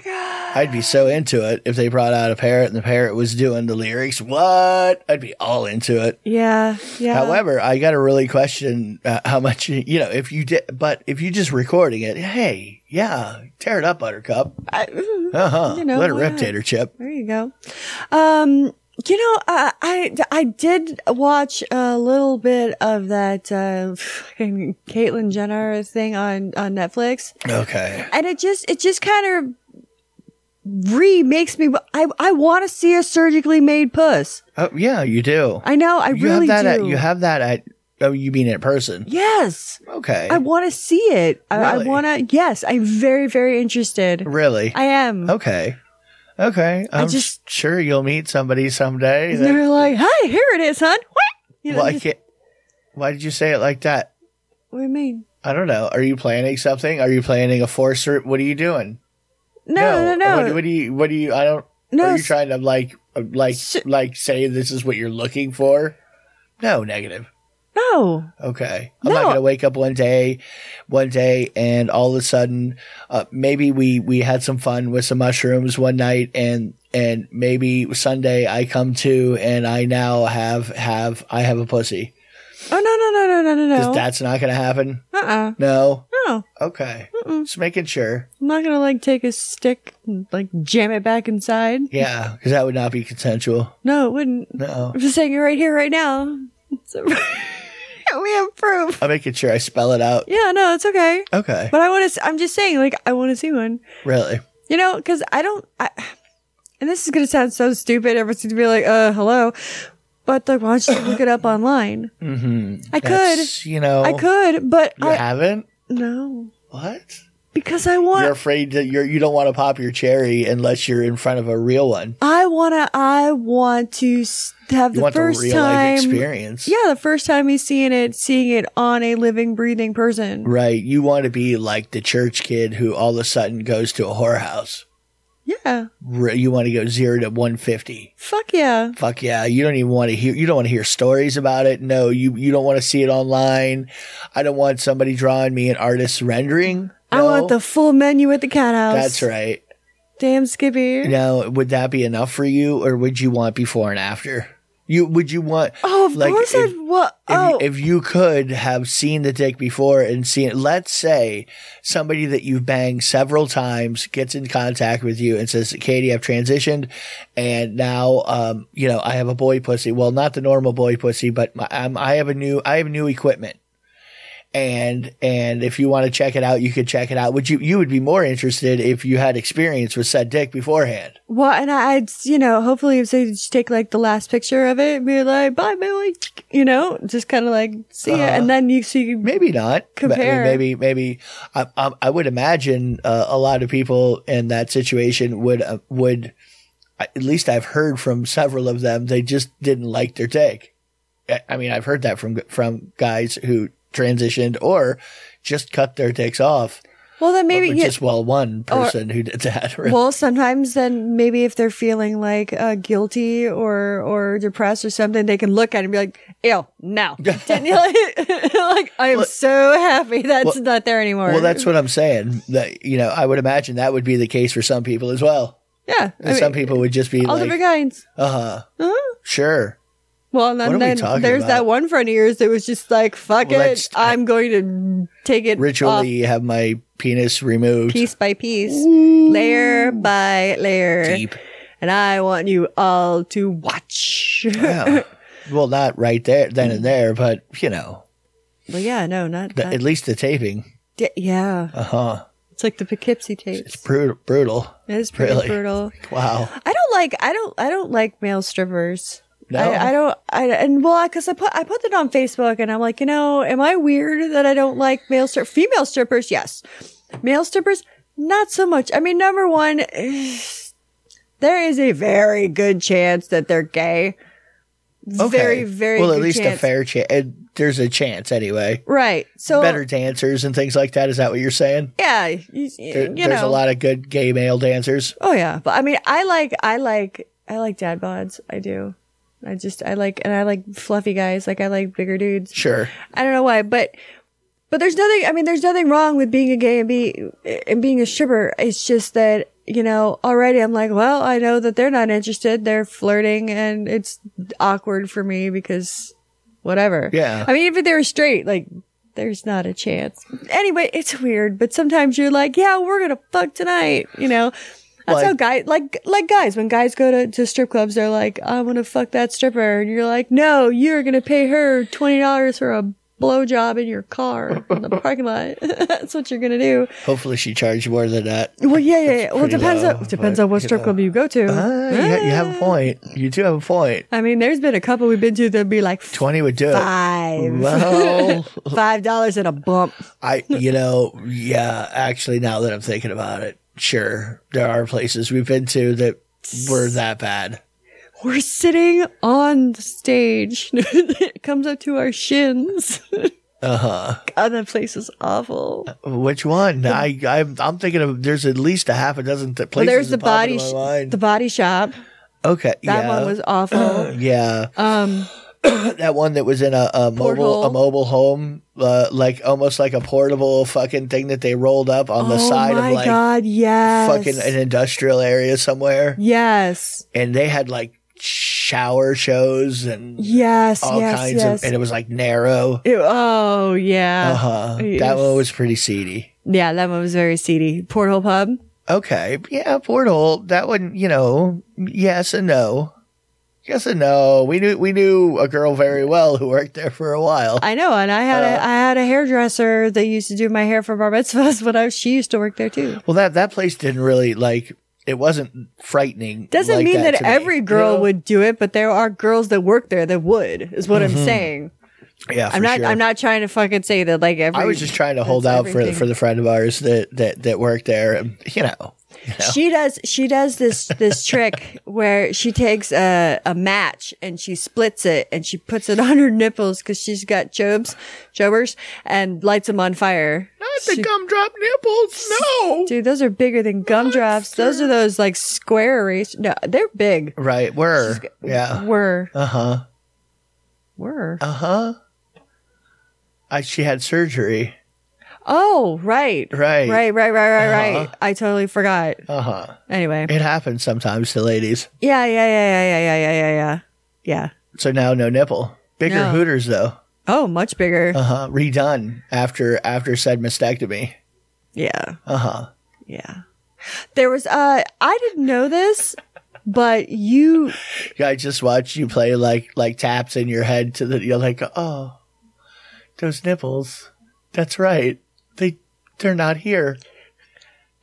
A: I'd be so into it if they brought out a parrot and the parrot was doing the lyrics. What? I'd be all into it.
B: Yeah. Yeah.
A: However, I got to really question uh, how much, you know, if you did, but if you just recording it, hey, yeah, tear it up, Buttercup. Uh huh.
B: You know,
A: Let it
B: why
A: rip,
B: not?
A: Tater Chip.
B: mm-hmm. There you go. Um, you know, I, I I did watch a little bit of that uh, fucking Caitlyn Jenner thing on on Netflix,
A: Okay.
B: and it just it just kind of re makes me. I I want to see a surgically made puss.
A: Oh, yeah, you do.
B: I know. I
A: you
B: really
A: have that
B: do.
A: at you have that at oh you mean in person
B: yes,
A: okay
B: I want to see it. I, I
A: Really?
B: want to. Yes, I'm very very interested.
A: really
B: I am.
A: okay okay i'm
B: just-
A: just sure you'll meet somebody someday
B: And
A: that-
B: they're like, "Hi, here it is, hon." What? You know,
A: well, I
B: just-
A: can't, why did you say it like that
B: what do you mean?
A: i don't know are you planning something are you planning a force or what are you doing
B: No, no, no.
A: What, what do you what do you i don't
B: No,
A: are you
B: s-
A: trying to like uh, like
B: Sh-
A: like say this is what you're looking for no negative
B: no.
A: Okay. I'm
B: No.
A: not going to wake up one day, one day, and all of a sudden, uh, maybe we, we had some fun with some mushrooms one night and, and maybe Sunday I come to and I now have, have, I have a pussy.
B: Oh no no no no no no no.
A: That's not going to happen.
B: uh uh
A: No.
B: No,
A: Okay. Just making sure.
B: I'm not gonna like take a stick and like jam it back inside.
A: Yeah, because that would not be consensual.
B: No, it wouldn't.
A: No.
B: I'm just saying it right here, right now. It's a- we have proof.
A: I'm making sure I spell it out.
B: Yeah, no, it's okay.
A: Okay.
B: But I want to. I'm just saying, like, I want to see one.
A: Really?
B: You know, because I don't. I, and this is gonna sound so stupid. Everyone's gonna be like, "Uh, hello," but like, why don't you look it up online? Mm-hmm. I could.
A: That's, you know,
B: I could, but
A: You
B: I
A: haven't?
B: no
A: What?
B: because I
A: You're
B: want.
A: afraid that you're you don't want to pop your cherry unless you're in front of a real one.
B: I wanna. I want to s- have
A: You
B: the
A: want the
B: first
A: real
B: time.
A: life experience.
B: Yeah, the first time me seeing it, seeing it on a living, breathing person.
A: Right. You want to be like the church kid who all of a sudden goes to a whorehouse.
B: Yeah,
A: Re- You want to go zero to 150.
B: fuck yeah.
A: Fuck yeah. You don't even want to hear, you don't want to hear stories about it. No, you, you don't want to see it online. I don't want somebody drawing me an artist rendering.
B: I want
A: No.
B: the full menu at the cat house.
A: That's right.
B: Damn, Skippy.
A: Now, would that be enough for you or would you want before and after? You, would you want,
B: Oh, of
A: Like,
B: course
A: if-
B: I'd. What?
A: if,
B: Oh,
A: if you could have seen the dick before and seen it, let's say somebody that you've banged several times gets in contact with you and says, Katie, I've transitioned and now, um, you know, I have a boy pussy. Well, not the normal boy pussy, but my, um, I have a new, I have new equipment. And, and if you want to check it out, you could check it out. Would you, you would be more interested if you had experience with said dick beforehand.
B: well, and I, I'd, you know, hopefully if they just take like the last picture of it and be like, bye, Billy, you know, just kind of like see
A: Uh-huh.
B: it. And then you see,
A: maybe not But, I mean,
B: Compare.
A: maybe maybe I, I, I would imagine uh, a lot of people in that situation would uh, would at least I've heard from several of them they just didn't like their dick. I- I mean I've heard that from from guys who transitioned or just cut their dicks off.
B: well, then
A: Maybe
B: maybe, yeah,
A: just well one person who did that. Really.
B: well, sometimes then maybe if they're feeling like uh, guilty or, or depressed or something, they can look at it and be like, ew, no. Didn't you like, like, I am so happy that's not there anymore.
A: well, that's what I'm saying. That you know, I would imagine that would be the case for some people as well.
B: yeah. I
A: And some
B: mean,
A: people would just be
B: all
A: like,
B: different kinds.
A: "Uh huh, sure."
B: Well, and
A: What are
B: then,
A: we
B: then
A: talking
B: there's
A: about?
B: that one friend of yours that was just like, "Fuck
A: Well,
B: it,
A: that's-
B: I'm going to take it off
A: ritually have my penis removed.
B: piece by piece, layer by layer,
A: Deep.
B: and I want you all to watch."
A: Yeah. well, not right there, then
B: Mm.
A: and there, but you know,
B: well, yeah, no, not,
A: the,
B: not-
A: at least the taping.
B: d- yeah.
A: Uh huh.
B: It's like the Poughkeepsie tapes.
A: It's brutal. Brutal.
B: It is pretty
A: really-
B: brutal.
A: Wow.
B: I don't like I don't I don't like male strippers.
A: No?
B: I, I don't. I and well, because I put I put it on Facebook, and I'm like, you know, am I weird that I don't like male strip female strippers? Yes, male strippers, not so much. I mean, number one, there is a very good chance that they're gay. Very, very.
A: Well,
B: good
A: at least
B: chance.
A: a fair chance. There's a chance anyway.
B: Right. So
A: Better dancers and things like that. Is that what you're saying?
B: Yeah. You, you-
A: There-
B: you
A: there's
B: know.
A: a lot of good gay male dancers.
B: Oh yeah, but I mean, I like, I like, I like dad bods. I do. I just, I like, and I like fluffy guys. Like I like bigger dudes.
A: Sure.
B: I don't know why, but, but there's nothing. I mean, there's nothing wrong with being a gay and be and being a stripper. It's just that you know already I'm like, well, I know that they're not interested. They're flirting, and it's awkward for me because whatever.
A: Yeah.
B: I mean, even if they were straight, like. There's not a chance. Anyway, it's weird, but sometimes you're like, yeah, we're going to fuck tonight, you know? That's
A: Like-
B: how guys like like guys when guys go to, to strip clubs they're like I want to fuck that stripper and you're like no you're gonna pay her twenty dollars for a blowjob in your car in the parking lot that's what you're gonna do
A: Hopefully, she charged more than that.
B: well yeah yeah, yeah. well it
A: pretty uh,
B: depends
A: low,
B: on depends
A: but,
B: on what
A: you
B: strip
A: know.
B: club you go to
A: Ah, you, ha- you have a point. You do have a point.
B: I mean there's been a couple we've been to that'd be like
A: Twenty would do it.
B: five
A: Well,
B: five dollars and a bump
A: I, you know, yeah, actually, now that I'm thinking about it, sure, there are places we've been to that were that bad.
B: we're sitting on the stage it comes up to our shins
A: Uh huh.
B: God that place is awful.
A: Which one? I, I'm, I'm thinking of. There's at least a half a dozen th- places.
B: well, there's the
A: that pop into
B: body
A: my
B: sh-
A: mind.
B: the body shop.
A: okay.
B: That
A: yeah.
B: one was awful.
A: Yeah,
B: um,
A: that one that was in a, a mobile
B: Porthole.
A: a mobile home, uh, like almost like a portable fucking thing that they rolled up on the
B: oh
A: side
B: my
A: of like
B: god, yes,
A: fucking an industrial area somewhere,
B: yes,
A: and they had like sh- shower shows and
B: Yes,
A: all
B: yes,
A: kinds
B: yes.
A: of, and it was like narrow.
B: It- oh yeah,
A: Uh huh.
B: Yes.
A: That one was pretty seedy.
B: yeah. That one was very seedy. Porthole Pub.
A: Okay. Yeah, Portal. That one, you know, yes and no. Yes and no. We knew we knew a girl very well who worked there for a while.
B: I know, and I had
A: Uh-huh.
B: a I had a hairdresser that used to do my hair for bar mitzvahs when I she used to work there too.
A: well, that that place didn't really like. It wasn't frightening.
B: Doesn't
A: like
B: mean that,
A: to me,
B: every
A: you
B: girl
A: know?
B: would do it, but there are girls that work there that would. Is what I'm saying.
A: Yeah, Mm-hmm. for
B: I'm not
A: Sure.
B: I'm not trying to fucking say that like every.
A: I was just trying to hold
B: that's
A: out for
B: everything.
A: for the friend of ours that that that worked there. And, you know,
B: She does. She does this this trick where she takes a a match and she splits it and she puts it on her nipples because she's got jobs, jobbers, and lights them on fire.
A: not the gumdrop nipples. No.
B: Dude, those are bigger than gumdrops. Those are those like square erased. No, they're big.
A: Right. Were. Yeah.
B: Were
A: Uh huh.
B: were.
A: Uh huh. I, she had surgery.
B: Oh, right.
A: Right. Uh-huh.
B: Right, right, right, right, right. I totally forgot.
A: Uh huh.
B: Anyway.
A: It happens sometimes to ladies.
B: Yeah, yeah, yeah, yeah, yeah, yeah, yeah, yeah, yeah. Yeah.
A: So now no nipple. Bigger
B: No.
A: hooters though.
B: Oh, much bigger.
A: Uh huh. Redone after after said mastectomy.
B: Yeah.
A: Uh huh.
B: Yeah. There was uh I didn't know this, but you
A: I just watched you play like like taps in your head to the you're like, oh, those nipples. That's right. They they're not here.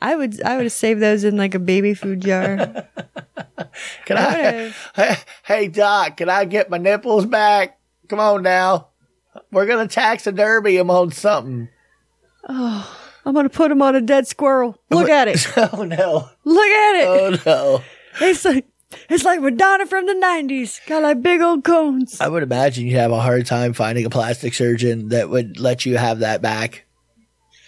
B: I would I would have saved those in like a baby food jar.
A: Can I? Hey Doc, can I get my nipples back? Come on now. We're gonna taxidermy them on something.
B: I'm gonna put them on a dead squirrel. Look at it.
A: Oh no!
B: Look at it.
A: Oh no!
B: It's like it's like Madonna from the '90s. Got like big old cones.
A: I would imagine you'd have a hard time finding a plastic surgeon that would let you have that back.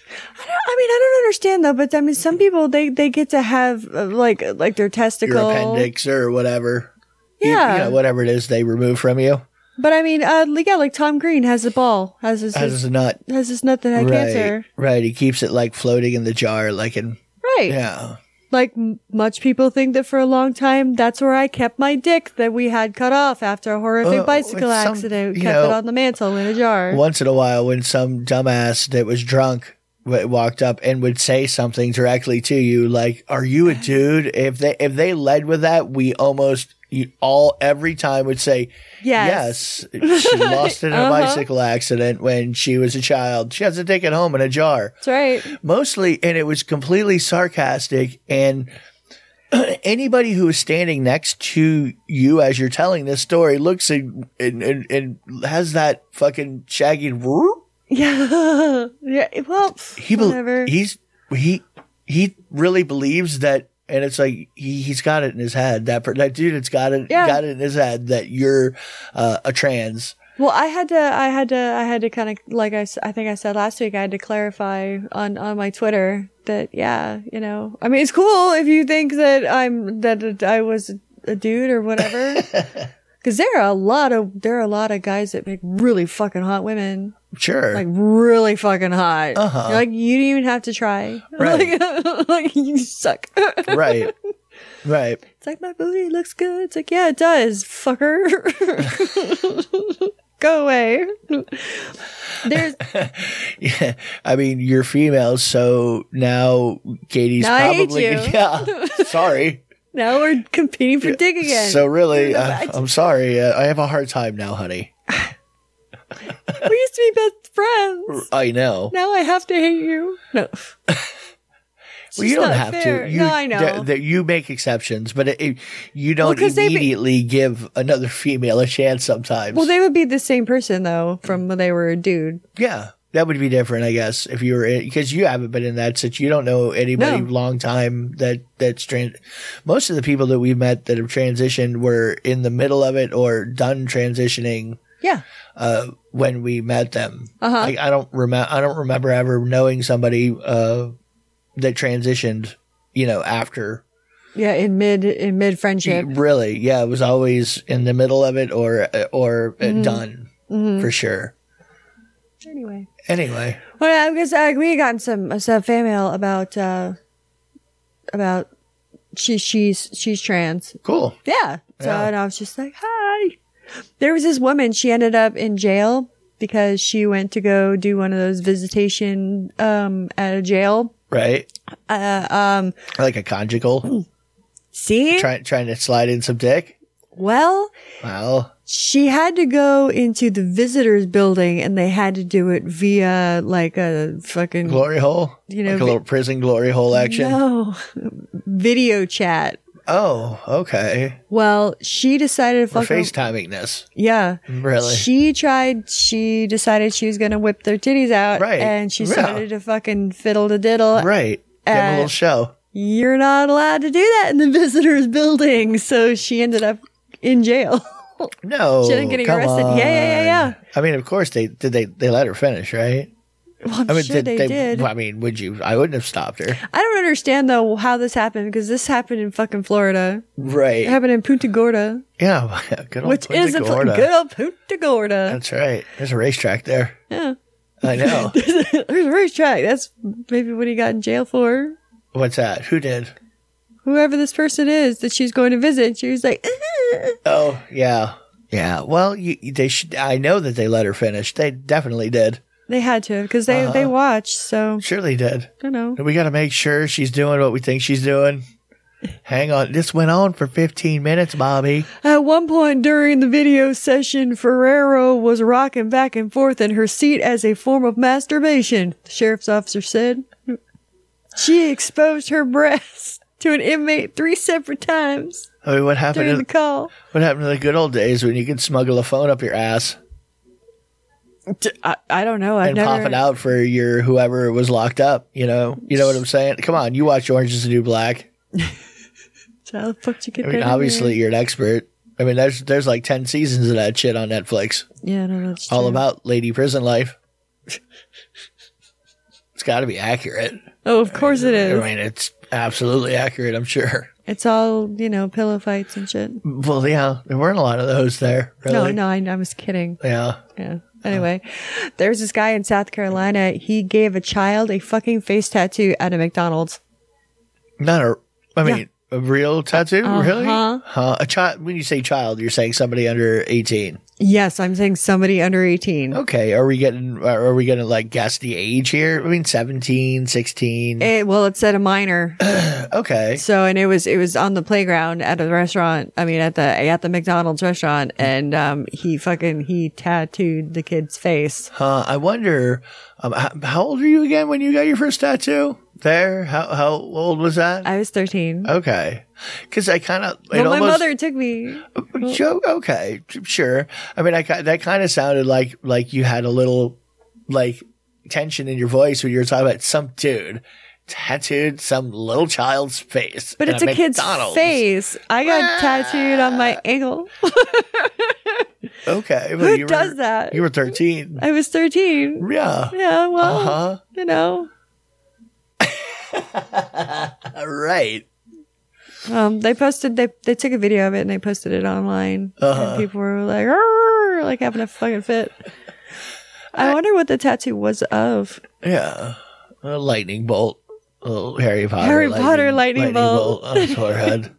B: I mean, I don't understand though. But I mean, some people they they get to have uh, like like their
A: your
B: testicle
A: appendix or whatever. You-
B: Yeah.
A: you know, whatever it is they remove from you.
B: But I mean, uh, yeah, like Tom Green has a ball, has his,
A: That's not
B: has his nut that had
A: right.
B: cancer,
A: Right. He keeps it like floating in the jar, like in
B: right?
A: yeah.
B: Like m- much people think that for a long time, that's where I kept my dick that we had cut off after a horrific
A: Well,
B: bicycle
A: Oh, it's some-
B: accident. We
A: you
B: kept it
A: know,
B: on the mantle in a jar.
A: Once in a while, when some dumbass that was drunk w- walked up and would say something directly to you, like "Are you a dude?" If they if they led with that, we almost you, all every time would say
B: Yes. Uh-huh.
A: yes. She lost it in a bicycle accident when she was a child. She has a dick at home in a jar.
B: That's right.
A: mostly and it was completely sarcastic and anybody who is standing next to you as you're telling this story looks and and, and, and has that fucking shaggy whoop.
B: Yeah. yeah. Well,
A: he bel-
B: whatever.
A: he's he he really believes that and it's like he he's got it in his head that per- that dude it's got it
B: Yeah.
A: got it in his head that you're uh, a trans
B: Well, I had to, I had to, I had to kind of, like I, s- I think I said last week, I had to clarify on, on my Twitter that, yeah, you know, I mean, it's cool if you think that I'm, that I was a dude or whatever. Cause there are a lot of, there are a lot of guys that make really fucking hot women,
A: sure
B: like really fucking hot. You're Like you didn't even have to try.
A: Uh-huh. Right.
B: Like, like, you suck. it's
A: right right
B: like my booty looks good. It's like, yeah, it does, fucker. Go away. There's,
A: Yeah, I mean you're female, so now Katie's
B: Now I hate
A: probably
B: you.
A: yeah. Sorry.
B: Now we're competing for dick again.
A: So really, I, I'm sorry. Uh, I have a hard time now, honey.
B: we used to be best friends.
A: I know.
B: Now I have to hate you. No. It's
A: well, you
B: just
A: don't
B: not
A: have
B: fair.
A: to. You,
B: no, I know.
A: th- th- you make exceptions, but it, it- you don't
B: 'cause they be-
A: immediately give another female a chance. Sometimes.
B: well, they would be the same person though from when they were a dude.
A: yeah, that would be different, I guess, if you were in because you haven't been in that since you don't know anybody
B: No.
A: long time that that's trans. Most of the people that we've met that have transitioned were in the middle of it or done transitioning.
B: Yeah.
A: uh, when we met them. Like, I don't remember. I don't remember ever knowing somebody uh, that transitioned. You know, after
B: Yeah, in mid in mid friendship.
A: really, yeah, it was always in the middle of it or or uh done for sure.
B: Anyway.
A: Anyway,
B: Well, I guess uh, we had gotten some some fan mail about uh about she she's she's trans.
A: Cool.
B: Yeah. So
A: Yeah.
B: and I was just like, hi. There was this woman. She ended up in jail because she went to go do one of those visitation um at a jail.
A: Right.
B: Uh, um. Mm.
A: Like a conjugal.
B: See.
A: Trying trying to slide in some dick.
B: well,
A: Wow.
B: she had to go into the visitors building, and they had to do it via like a fucking
A: Glory hole.
B: You know,
A: like a
B: vi-
A: little prison glory hole action.
B: no video chat.
A: Oh, okay.
B: Well, she decided to
A: We're
B: fuck. her-
A: FaceTiming this.
B: Yeah.
A: Really?
B: She tried, she decided she was going to whip their titties out.
A: Right.
B: And she
A: Yeah.
B: started to fucking fiddle to diddle.
A: right. Give 'em a
B: uh,
A: little show.
B: You're not allowed to do that in the visitors building. So she ended up in jail.
A: No.
B: she ended up getting
A: come
B: arrested.
A: on.
B: Yeah, yeah, yeah, yeah.
A: I mean, of course they did. They they let her finish, right?
B: Well, I'm
A: I mean,
B: sure they, did.
A: I mean, would you? I wouldn't have stopped her.
B: I don't understand though how this happened because this happened in fucking Florida.
A: Right.
B: It happened in Punta Gorda,
A: yeah. Good old
B: Uh, which
A: Oh, Punta
B: is a pl-
A: Gorda.
B: good old Punta Gorda.
A: That's right. There's a racetrack there. Yeah. I know.
B: There's a racetrack. That's maybe what he got in jail for.
A: What's that? Who did?
B: Whoever this person is that she's going to visit, she was like, "Uh,
A: Oh, yeah. Yeah. Well, you, you- they should. I know that they let her finish. They definitely did.
B: They had to because they they watched. So
A: Surely did.
B: you know,
A: We got to make sure she's doing what we think she's doing. Hang on. This went on for 15 minutes, Bobby.
B: at one point during the video session, Ferrero was rocking back and forth in her seat as a form of masturbation. The sheriff's officer said she exposed her breasts to an inmate three separate times
A: I mean, what
B: during the
A: happened? To,
B: call.
A: what happened to the good old days when you could smuggle a phone up your ass
B: D- I, I don't know. I've
A: and
B: never.
A: pop it out for your whoever was locked up? You know. You know what I'm saying? Come on. You watch Orange Is the New Black.
B: How the fuck did you get
A: I mean,
B: that in
A: obviously you're an expert. I mean, there's there's like ten seasons of that shit on Netflix,
B: there? Yeah, no, that's
A: all
B: true.
A: about lady prison life. it's got to be accurate.
B: Oh, of course it
A: I
B: is.
A: mean, it's absolutely accurate. I'm sure.
B: It's all you know, pillow fights and shit.
A: Well, yeah, there weren't a lot of those there.
B: No,
A: Really.
B: no, I, I was kidding.
A: Yeah.
B: Yeah. Anyway, there's this guy in South Carolina. He gave a child a fucking face tattoo at a McDonald's.
A: Not a. I mean, a real tattoo, really?
B: Uh-huh.
A: Huh? A child. When you say child, you're saying somebody under 18.
B: Yes, I'm saying somebody under 18.
A: Okay. Are we getting? Are we going to like guess the age here? I mean, 17, 16.
B: Eh, well, it said a minor.
A: okay.
B: So, and it was it was on the playground at a restaurant. I mean, at the at the McDonald's restaurant, and um, he fucking he tattooed the kid's face.
A: Huh. I wonder, um, how, how old were you again when you got your first tattoo? There, how how old was that?
B: I was 13.
A: okay, because I kind of
B: well, my mother took me.
A: Joe, okay, sure. I mean, I ki- that kind of sounded like like you had a little like tension in your voice when you were talking about some dude tattooed some little child's face,
B: But
A: at
B: it's a kid's
A: McDonald's.
B: face. I got tattooed on my ankle.
A: Okay, well,
B: Who
A: you were-
B: does that?
A: You were thirteen.
B: I was 13.
A: Yeah.
B: Yeah, well,
A: Uh-huh.
B: you know,
A: All right.
B: um, they posted they they took a video of it and they posted it online,
A: Uh-huh.
B: and people were like, "Arr," like having a fucking fit. I wonder what the tattoo was of.
A: Yeah. A lightning bolt. A little Harry Potter.
B: Harry Potter lightning bolt.
A: on his forehead.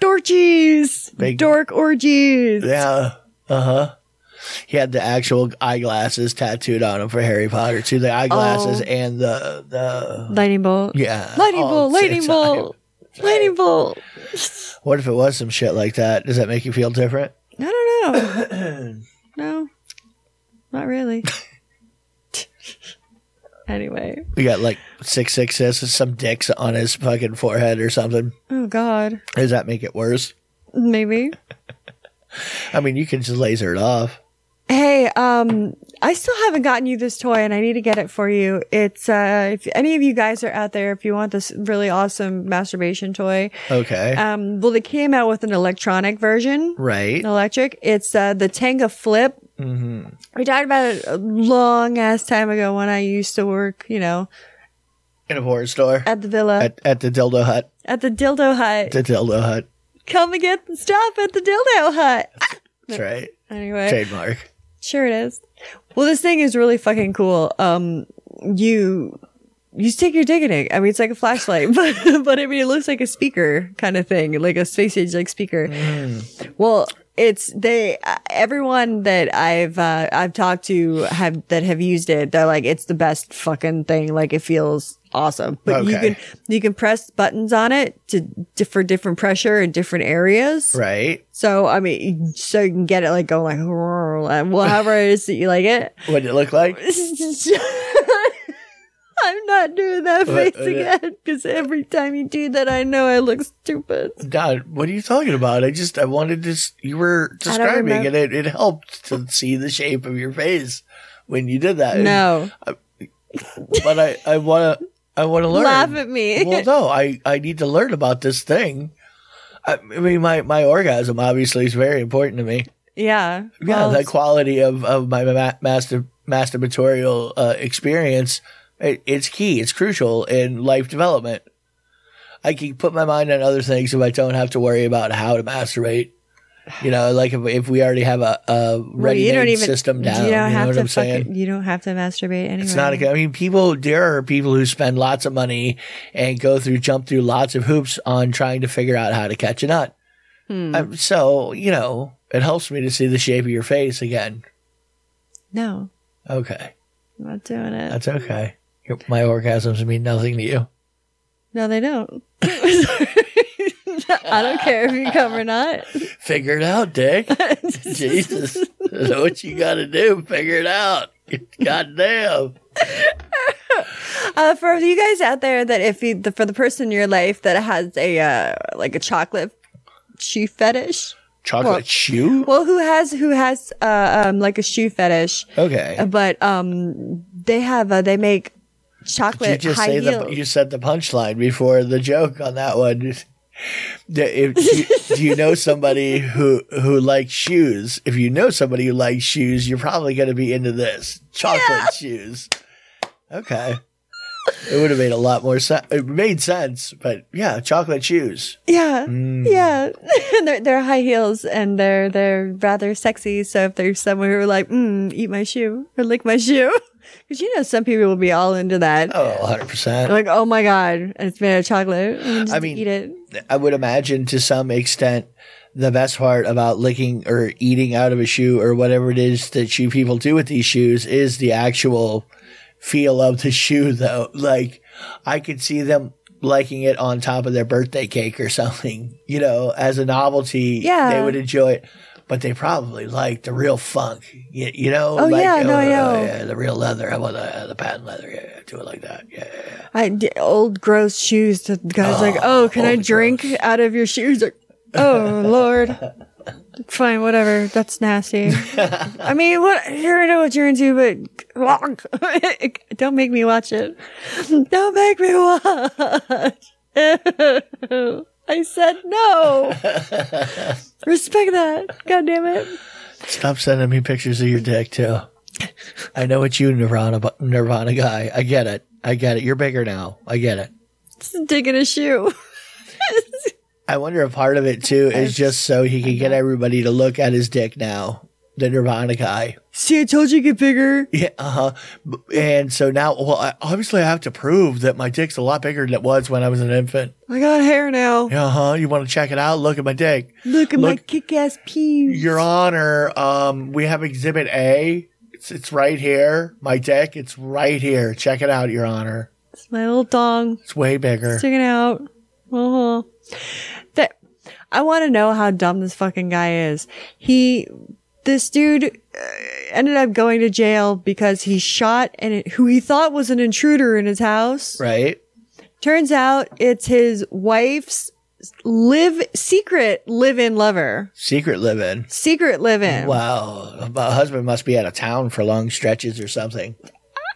B: Dorchies,
A: Big-
B: dork orgies.
A: yeah. Uh huh. He had the actual eyeglasses tattooed on him for Harry Potter too. The eyeglasses
B: Oh.
A: and the the
B: Lightning bolt.
A: yeah. Oh,
B: Lightning
A: all
B: bolt.
A: at the
B: Lightning
A: same
B: bolt. Lightning bolt.
A: time. What if it was some shit like that? Does that make you feel different?
B: I don't know. no, not really. anyway,
A: We got like six six six and some dicks on his fucking forehead or something.
B: oh god,
A: Does that make it worse?
B: maybe.
A: I mean, you can just laser it off.
B: Hey, um, I still haven't gotten you this toy, and I need to get it for you. It's uh, if any of you guys are out there, if you want this really awesome masturbation toy,
A: Okay.
B: um, well, they came out with an electronic version,
A: right.
B: an electric. It's uh, the Tanga Flip. Mm-hmm. We talked about it a long ass time ago when I used to work, you know,
A: In a porn store.
B: at the villa, at,
A: At, at the dildo hut.
B: the dildo hut.
A: The dildo hut.
B: Come and get the stuff at the dildo hut.
A: That's right.
B: Anyway,
A: Trademark.
B: Sure it is. Well, this thing is really fucking cool. Um, you you stick your dick in it. I mean, it's like a flashlight, but but I mean, it looks like a speaker kind of thing, like a space age like speaker. Well, it's they uh, everyone that I've uh, I've talked to have that have used it. They're like, it's the best fucking thing. Like it feels awesome, but you
A: Okay.
B: can you can press buttons on it to, to for different pressure in different areas.
A: right?
B: So I mean, so you can get it like going like, well, however it is that you like it.
A: What did it look like?
B: I'm not doing that
A: What-
B: face again because every time you do that, I know I look stupid.
A: God, what are you talking about? I just I wanted to. s- You were describing it.
B: remember.
A: It, it helped to see the shape of your face when you did that.
B: No,
A: but I I want to I want to learn.
B: laugh at me.
A: well, no, I I need to learn about this thing. I I mean, my, my orgasm obviously is very important to me.
B: yeah,
A: Yeah,
B: Well,
A: the quality of, of my ma- master, masturbatorial uh, experience, it, it's key. It's crucial in life development. I can put my mind on other things if I don't have to worry about how to masturbate. You know, like if, if we already have a, a
B: well,
A: ready made system down, you,
B: You don't
A: know
B: have
A: what
B: to
A: I'm saying?
B: fucking. You don't have to masturbate anyway.
A: It's not a. I mean, people. There are people who spend lots of money and go through, jump through lots of hoops on trying to figure out how to catch a nut.
B: Hmm.
A: Um, so you know, it helps me to see the shape of your face again.
B: no,
A: Okay,
B: I'm not doing it.
A: that's okay. Your- My orgasms mean nothing to you.
B: no, they don't. I don't care if you come or not.
A: Figure it out, Dick. Jesus, That's what you got to do? Figure it out. Goddamn.
B: Uh, for you guys out there, that if you, the, for the person in your life that has a uh, like a chocolate shoe fetish,
A: Chocolate
B: Well-
A: shoe.
B: well, who has who has uh, um, like a shoe fetish,
A: Okay.
B: uh, but um, they have uh, they make
A: you
B: chocolate
A: just
B: high
A: say
B: heels.
A: the you said the punchline before the joke on that one. The- if you- do you know somebody who who likes shoes? If you know somebody who likes shoes, you're probably going to be into this chocolate shoes. Okay, it would have made a lot more sense. It made sense, but yeah, chocolate shoes.
B: yeah,
A: Mm.
B: yeah, and they're, they're high heels and they're they're rather sexy. So if there's someone who are like, mm, eat my shoe or lick my shoe, because you know some people will be all into that.
A: Oh, 100 percent.
B: Like, oh my god, it's made of chocolate. and just
A: mean,
B: eat it.
A: I would imagine to some extent the best part about licking or eating out of a shoe or whatever it is that shoe people do with these shoes is the actual feel of the shoe though. Like I could see them liking it on top of their birthday cake or something, you know, as a novelty.
B: Yeah.
A: They would enjoy it. But they probably like the real funk, you, you know.
B: Oh,
A: like,
B: yeah, no,
A: uh,
B: I know.
A: yeah, the real leather. I want the, the patent leather. Yeah, yeah, do it like that. Yeah, yeah, yeah.
B: I d- old gross shoes. The guy's like, "Oh, can I
A: old
B: drink out of your shoes?" Like, oh lord. Fine, whatever. That's nasty. I mean, what? I don't know what you're into, but don't make me watch it. Don't make me watch. Ew. I said no. Respect that. God damn it.
A: Stop sending me pictures of your dick too. I know it's you, Nirvana, bu- Nirvana guy. I get it. I get it. You're bigger now. I get it.
B: Just digging a shoe.
A: I wonder if part of it too is just so he can get everybody to look at his dick now. The Nirvana guy.
B: See, I told you to get bigger.
A: Yeah. Uh huh. And so now, well, I, obviously I have to prove that my dick's a lot bigger than it was when I was an infant.
B: I got hair now.
A: Uh huh. You want to check it out? Look at my dick.
B: Look at my
A: Look-
B: kick-ass pews.
A: Your Honor, um, we have Exhibit A. It's, it's right here. My dick. It's right here. Check it out, Your Honor.
B: my little dong
A: It's way bigger.
B: sticking out. Uh-huh. That I want to know how dumb this fucking guy is. He, this dude, uh, ended up going to jail because he shot and it, who he thought was an intruder in his house.
A: right?
B: Turns out it's his wife's live secret live-in lover,
A: Secret living.
B: secret live-in.
A: Wow. My husband must be out of town for long stretches or something.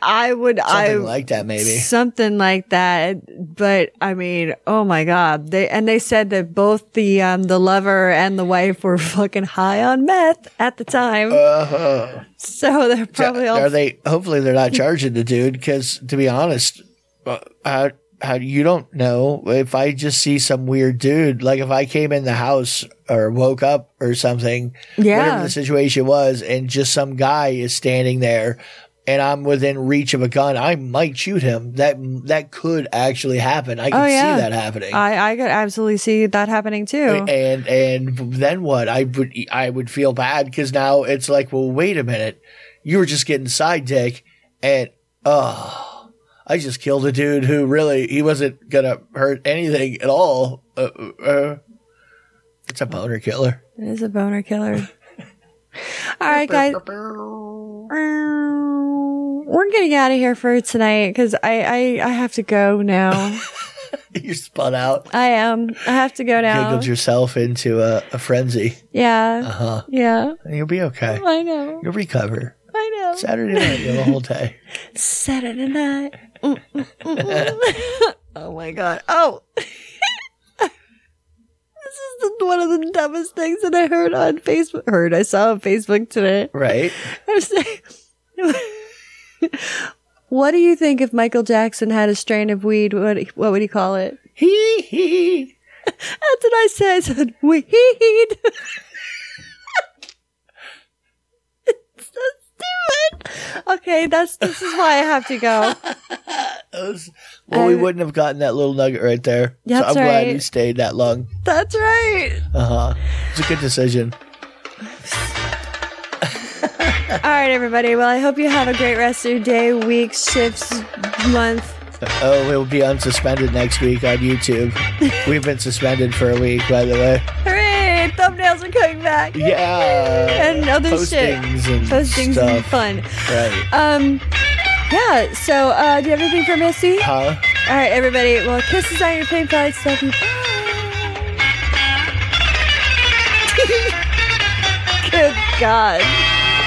B: I would, I
A: Something like that, maybe.
B: something like that. But I mean, oh my god! They and they said that both the um, the lover and the wife were fucking high on meth at the time,
A: Uh-huh.
B: so they're probably all
A: Are they? Hopefully, they're not charging the dude. Because to be honest, uh, how how you don't know if I just see some weird dude. Like if I came in the house or woke up or something,
B: Yeah.
A: whatever the situation was, and just some guy is standing there. and I'm within reach of a gun, I might shoot him. That that could actually happen. I can
B: Oh, yeah.
A: see that happening.
B: I, I could absolutely see that happening too.
A: and and then what? I would I would feel bad because now it's like, well, wait a minute, you were just getting side dick, and oh, I just killed a dude who really he wasn't gonna hurt anything at all. Uh, uh, it's a boner killer.
B: It is a boner killer. All right, guys. We're getting out of here for tonight because I, I, I have to go now.
A: you spun out,
B: I am. I have to go now.
A: giggled yourself into a, a frenzy.
B: Yeah.
A: Uh-huh.
B: Yeah.
A: You'll be okay.
B: I know.
A: You'll recover.
B: I know.
A: Saturday night, you have a whole day.
B: Saturday night. Mm, mm, mm, mm. oh my god. Oh. this is the- one of the dumbest things that I heard on Facebook. Heard I saw on Facebook today.
A: Right?
B: I was like- what do you think if Michael Jackson had a strain of weed? What what would he call it?
A: Hee hee.
B: That's what I said. I said weed. it's so stupid. Okay, that's this is why I have to go.
A: Well, we
B: Uh,
A: wouldn't have gotten that little nugget right there.
B: Yeah,
A: so I'm
B: that's
A: glad
B: right.
A: you stayed that long.
B: That's right.
A: Uh huh. It's a good decision.
B: All right, everybody. Well, I hope you have a great rest of your day, weeks, shifts, month.
A: Oh, we'll be unsuspended next week on YouTube. We've been suspended for a week, by the way.
B: Hooray! Thumbnails are coming back.
A: Yeah.
B: And other shit.
A: Postings and
B: Postings and
A: stuff.
B: fun.
A: Right.
B: Um, yeah. So, uh, do you have anything for Missy? All
A: Huh?
B: right, everybody. Well, kisses on your pink flight, stuff. you- Bye. Good God.